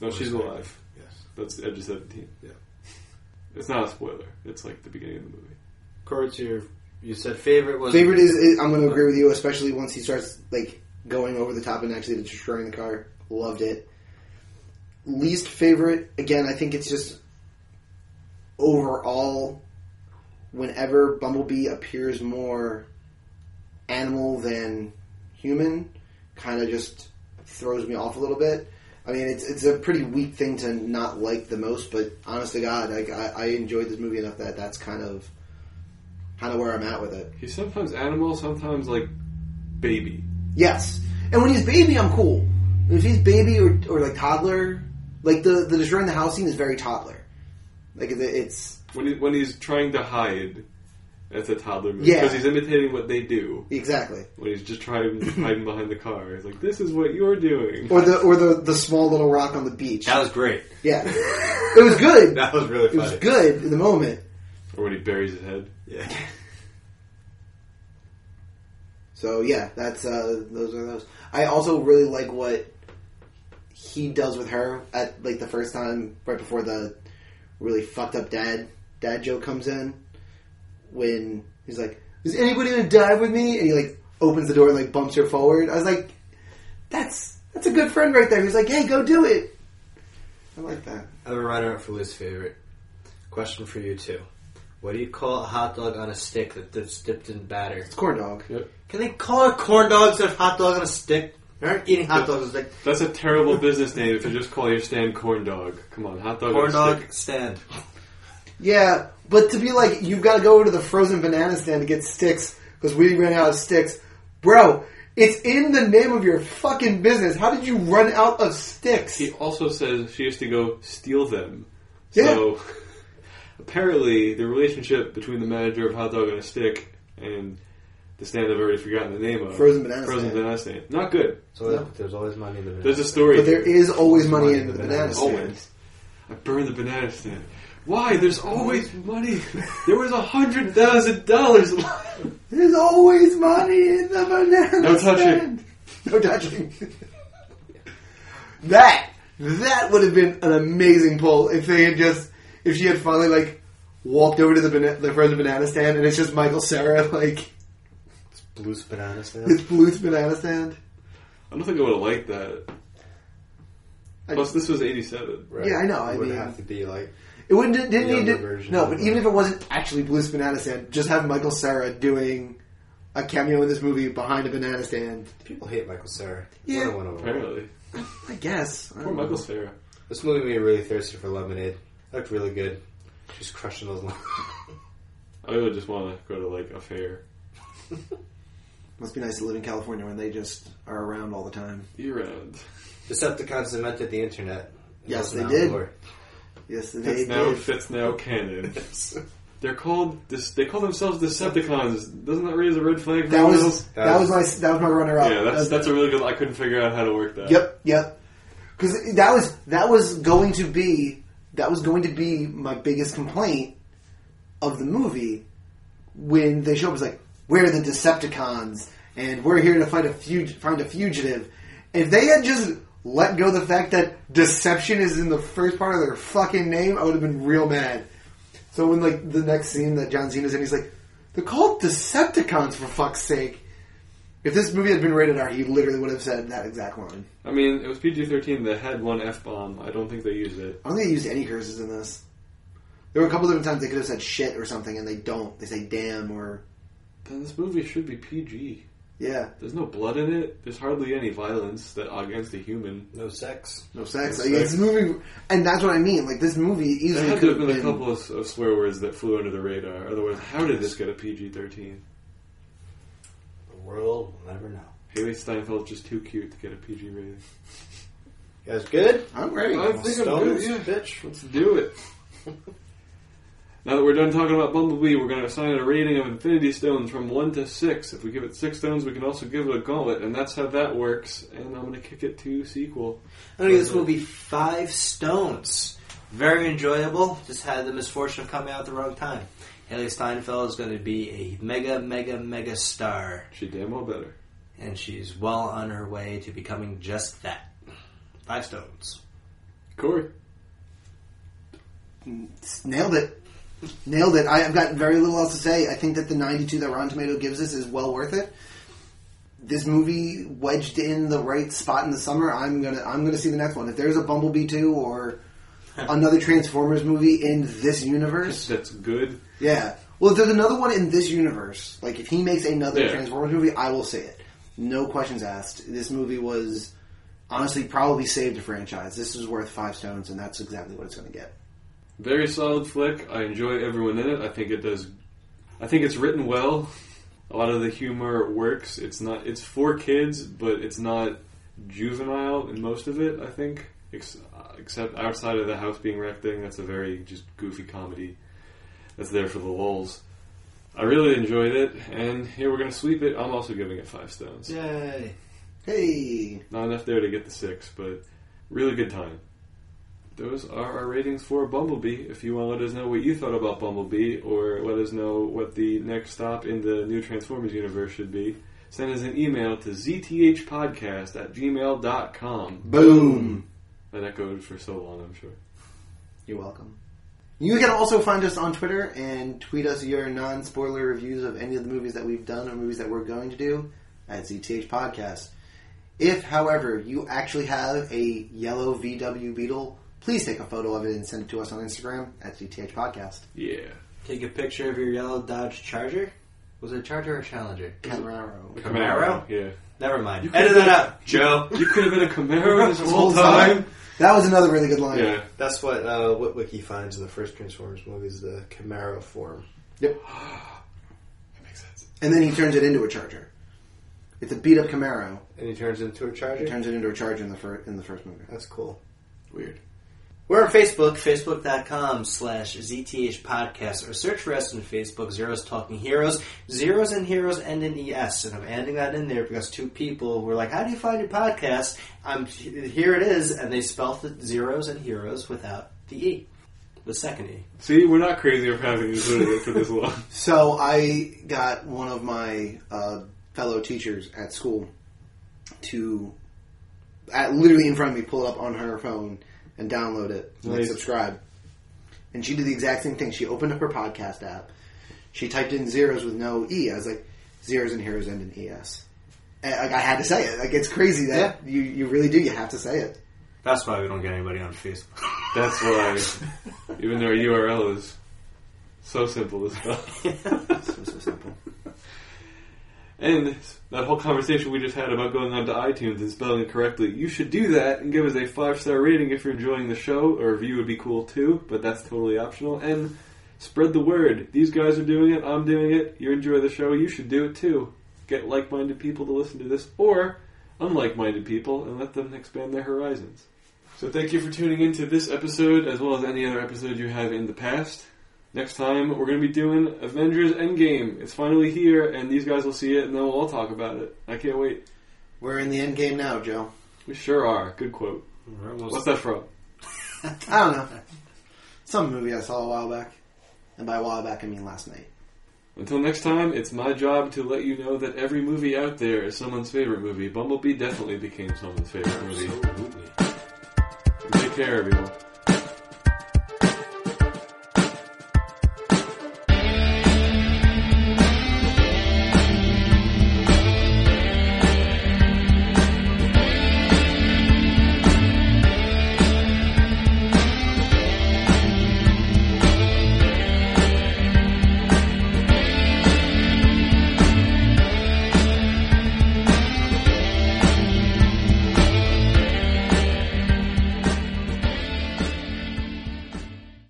Speaker 1: no, she's alive.
Speaker 4: Yes.
Speaker 1: That's Edge of Seventeen.
Speaker 4: Yeah.
Speaker 1: It's not a spoiler. It's like the beginning of the movie.
Speaker 3: Corey, to your, you said favorite was
Speaker 2: Favorite is, is I'm going to agree with you, especially once he starts like going over the top and actually destroying the car. Loved it. Least favorite, again, I think it's just overall. Whenever Bumblebee appears more animal than human, kind of just throws me off a little bit. I mean, it's it's a pretty weak thing to not like the most, but honest to God, like, I, I enjoyed this movie enough that that's kind of kind of where I'm at with it.
Speaker 1: He's sometimes animal, sometimes like baby.
Speaker 2: Yes. And when he's baby, I'm cool. If he's baby or, or like toddler, like the the destroying the house scene is very toddler. Like it- it's
Speaker 1: when he, when he's trying to hide that's a toddler move
Speaker 2: Yeah.
Speaker 1: because he's imitating what they do
Speaker 2: exactly
Speaker 1: when he's just trying hiding behind the car. He's like, "This is what you're doing."
Speaker 2: or the or the the small little rock on the beach.
Speaker 3: that was great.
Speaker 2: Yeah, it was good.
Speaker 3: That was really
Speaker 2: It was
Speaker 3: funny.
Speaker 2: good in the moment.
Speaker 1: Or when he buries his head.
Speaker 3: Yeah.
Speaker 2: So yeah, that's uh, those are those. I also really like what he does with her at like the first time right before the really fucked up dad dad joke comes in when he's like, "Is anybody gonna die with me?" And he like opens the door and like bumps her forward. I was like, "That's that's a good friend right there." He's like, "Hey, go do it." I like that.
Speaker 3: I have a runner up for least favorite. Question for you too. What do you call a hot dog on a stick that- that's dipped in batter?
Speaker 2: It's corn dog.
Speaker 3: Can they call it corn dogs instead of hot dog on a stick? They aren't eating hot dogs on a stick.
Speaker 1: That's a terrible business name if you just call your stand corn dog. Come on, hot dog. on
Speaker 3: Corn
Speaker 1: a
Speaker 3: dog
Speaker 1: stick.
Speaker 3: stand.
Speaker 2: Yeah, but to be like, you've got to go to the frozen banana stand to get sticks because we ran out of sticks, bro. It's in the name of your fucking business. How did you run out of sticks?
Speaker 1: He also says she has to go steal them.
Speaker 2: Yeah.
Speaker 1: So apparently, the relationship between the manager of hot dog and a stick and the stand I've already forgotten the name of
Speaker 2: Frozen banana
Speaker 1: Frozen
Speaker 2: stand.
Speaker 1: banana stand. Not good.
Speaker 3: So
Speaker 2: No.
Speaker 3: there's always money in the banana
Speaker 1: There's a
Speaker 3: stand.
Speaker 1: story.
Speaker 2: But there
Speaker 1: here.
Speaker 2: is always money
Speaker 3: Money
Speaker 2: in the
Speaker 3: in the
Speaker 2: banana
Speaker 3: banana
Speaker 2: stand.
Speaker 1: Always. I burned the banana stand. Why? There's always money. There was a hundred thousand dollars.
Speaker 2: There's always money in the banana
Speaker 1: No touching.
Speaker 2: stand. No touching. that that would have been an amazing pull if they had just if she had finally like walked over to the bana- the frozen banana stand and it's just Michael Sarah like
Speaker 3: Blue's banana
Speaker 2: with
Speaker 3: stand.
Speaker 2: Bluth's banana stand.
Speaker 1: I don't think I would have liked that.
Speaker 2: I-
Speaker 1: Plus, this was '87.
Speaker 3: Right.
Speaker 2: Yeah, I know, I
Speaker 3: It would
Speaker 2: mean-
Speaker 3: have to be like
Speaker 2: It wouldn't it didn't need
Speaker 3: Younger
Speaker 2: to,
Speaker 3: version
Speaker 2: no,
Speaker 3: of
Speaker 2: but
Speaker 3: it.
Speaker 2: even if it wasn't actually Blue's banana stand, just have Michael Sarah doing a cameo in this movie behind a banana stand.
Speaker 3: people hate Michael Cera.
Speaker 2: Yeah.
Speaker 3: Would've went over.
Speaker 1: Apparently,
Speaker 2: I guess. I don't
Speaker 1: poor
Speaker 2: know.
Speaker 1: Michael Cera.
Speaker 3: This movie made me really thirsty for lemonade. It looked really good. She's crushing those lemons.
Speaker 1: I would just want to go to like a fair
Speaker 2: Must be nice to live in California when they just are around all the time.
Speaker 1: year round.
Speaker 3: Decepticons invented the internet. It
Speaker 2: Yes,
Speaker 3: wasn't
Speaker 2: they
Speaker 3: out
Speaker 2: did.
Speaker 3: before.
Speaker 2: Yes, they
Speaker 1: Fitz
Speaker 2: did.
Speaker 1: now, Fitz now canon. They're called. This, they call themselves Decepticons. Doesn't that raise a red flag? for
Speaker 2: That
Speaker 1: everyone
Speaker 2: was
Speaker 1: else?
Speaker 2: that was my that was my runner up.
Speaker 1: Yeah, that's that's a really good. I couldn't figure out how to work that.
Speaker 2: yep yep. Because that was that was going to be that was going to be my biggest complaint of the movie when they show up. It's like we're the Decepticons and we're here to find a fug- find a fugitive. If they had just let go the fact that deception is in the first part of their fucking name, I would have been real mad. So when like the next scene that John Cena's in, he's like, "They're called Decepticons for fuck's sake." If this movie had been rated R, he literally would have said that exact line.
Speaker 1: I mean, it was PG-13 that had one F bomb. I don't think they used it.
Speaker 2: I don't think they used any curses in this. There were a couple different times they could have said shit or something, and they don't. They say damn or
Speaker 1: Then this movie should be PG.
Speaker 2: yeah,
Speaker 1: There's no blood in it. There's hardly any violence that against a human.
Speaker 3: No sex.
Speaker 2: no sex.
Speaker 1: No
Speaker 2: Like,
Speaker 1: sex.
Speaker 2: This movie, and that's what I mean. Like this movie
Speaker 1: There
Speaker 2: easily
Speaker 1: had to have
Speaker 2: could
Speaker 1: been a couple of, of swear words that flew under the radar. Otherwise, how did this get a PG-13?
Speaker 3: world will never know.
Speaker 1: Haley Steinfeld's just too cute to get a PG rating.
Speaker 3: You guys good?
Speaker 2: I'm ready.
Speaker 1: I think I'm
Speaker 3: Stones,
Speaker 1: good, yeah.
Speaker 3: bitch.
Speaker 1: Let's do it. now that we're done talking about Bumblebee, we're going to assign it a rating of Infinity Stones from 1 to 6. If we give it 6 stones, we can also give it a gauntlet, and that's how that works. And I'm going to kick it to sequel.
Speaker 3: I'm gonna give this movie five stones. Very enjoyable. Just had the misfortune of coming out at the wrong time. Haley Steinfeld is going to be a mega, mega, mega star,
Speaker 1: She damn well better.
Speaker 3: and she's well on her way to becoming just that. Five stones.
Speaker 1: Corey.
Speaker 2: Nailed it. Nailed it. I, I've got very little else to say. I think that the 92 that Rotten Tomato gives us is well worth it. This movie wedged in the right spot in the summer. I'm gonna I'm gonna see the next one. If there's a Bumblebee two or another Transformers movie in this universe,
Speaker 1: That's good.
Speaker 2: yeah. Well, if there's another one in this universe, like if he makes another
Speaker 1: Yeah.
Speaker 2: Transformers movie, I will see it. No questions asked. This movie was honestly probably saved a franchise. This is worth five stones, and that's exactly what it's going to get.
Speaker 1: Very solid flick. I enjoy everyone in it. I think it does. I think it's written well. A lot of the humor works. It's not. It's for kids, but it's not juvenile in most of it. I think, Ex- except outside of the house being wrecked thing. That's a very just goofy comedy. That's there for the lulls. I really enjoyed it, and here we're gonna sweep it. I'm also giving it five stones.
Speaker 3: Yay!
Speaker 2: Hey.
Speaker 1: Not enough there to get the six, but really good time. Those are our ratings for Bumblebee. If you want to let us know what you thought about Bumblebee, or let us know what the next stop in the new Transformers universe should be, send us an email to zthpodcast at gmail.com.
Speaker 2: Boom.
Speaker 1: That echoed for so long, I'm sure.
Speaker 2: You're welcome. You can also find us on Twitter and tweet us your non spoiler reviews of any of the movies that we've done or movies that we're going to do at ZTH Podcast. If, however, you actually have a yellow VW Beetle, please take a photo of it and send it to us on Instagram at ZTH Podcast.
Speaker 1: Yeah.
Speaker 3: Take a picture of your yellow Dodge Charger. Was it Charger or Challenger?
Speaker 2: Camaro.
Speaker 3: Camaro?
Speaker 1: Yeah.
Speaker 3: Never mind.
Speaker 1: You
Speaker 3: Edit
Speaker 1: could've-
Speaker 3: that out, Joe.
Speaker 1: You could have been a Camaro this
Speaker 2: This
Speaker 1: whole time.
Speaker 2: That was another really good line.
Speaker 1: Yeah.
Speaker 3: That's what uh, what Wiki finds in the first Transformers movie is the Camaro form.
Speaker 1: That makes sense.
Speaker 2: And then he turns it into a Charger. It's a beat up Camaro.
Speaker 3: And he turns into a
Speaker 2: He
Speaker 3: Charger.
Speaker 2: turns it into a Charger in the, fir- in the first movie.
Speaker 3: That's cool.
Speaker 1: Weird.
Speaker 3: We're on Facebook, facebook.com slash ZTH podcast, or search for us on Facebook, Zeros Talking Heroes. Zeros and Heroes end in ES, and I'm adding that in there because two people were like, How do you find your podcast? I'm Here it is, and they spelled it Zeros and Heroes without the E, the second E.
Speaker 1: See, we're not crazy for having included it for this long.
Speaker 2: So I got one of my uh, fellow teachers at school to, at, literally in front of me, pull it up on her phone and download it and like,
Speaker 1: Nice.
Speaker 2: subscribe. And she did the exact same thing. She opened up her podcast app. She typed in zeros with no e. I was like, zeros and heroes end in es. And, like I had to say it. Like it's crazy that you you really do. You have to say it.
Speaker 3: That's why we don't get anybody on Facebook.
Speaker 1: That's why, even though our URL is so simple to spell.
Speaker 2: So so simple.
Speaker 1: And that whole conversation we just had about going onto iTunes and spelling it correctly, you should do that and give us a five star rating if you're enjoying the show. A review would be cool too, but that's totally optional. And spread the word. These guys are doing it, I'm doing it, you enjoy the show, you should do it too. Get like minded people to listen to this, or unlike minded people, and let them expand their horizons. So thank you for tuning in to this episode as well as any other episode you have in the past. Next time, we're going to be doing Avengers Endgame. It's finally here, and these guys will see it, and then we'll all talk about it. I can't wait.
Speaker 2: We're in the end game now, Joe.
Speaker 1: We sure are. Good quote. What's that from?
Speaker 2: I don't know. Some movie I saw a while back, and by a while back I mean last night.
Speaker 1: Until next time, it's my job to let you know that every movie out there is someone's favorite movie. Bumblebee definitely became someone's favorite movie. Take care, everyone.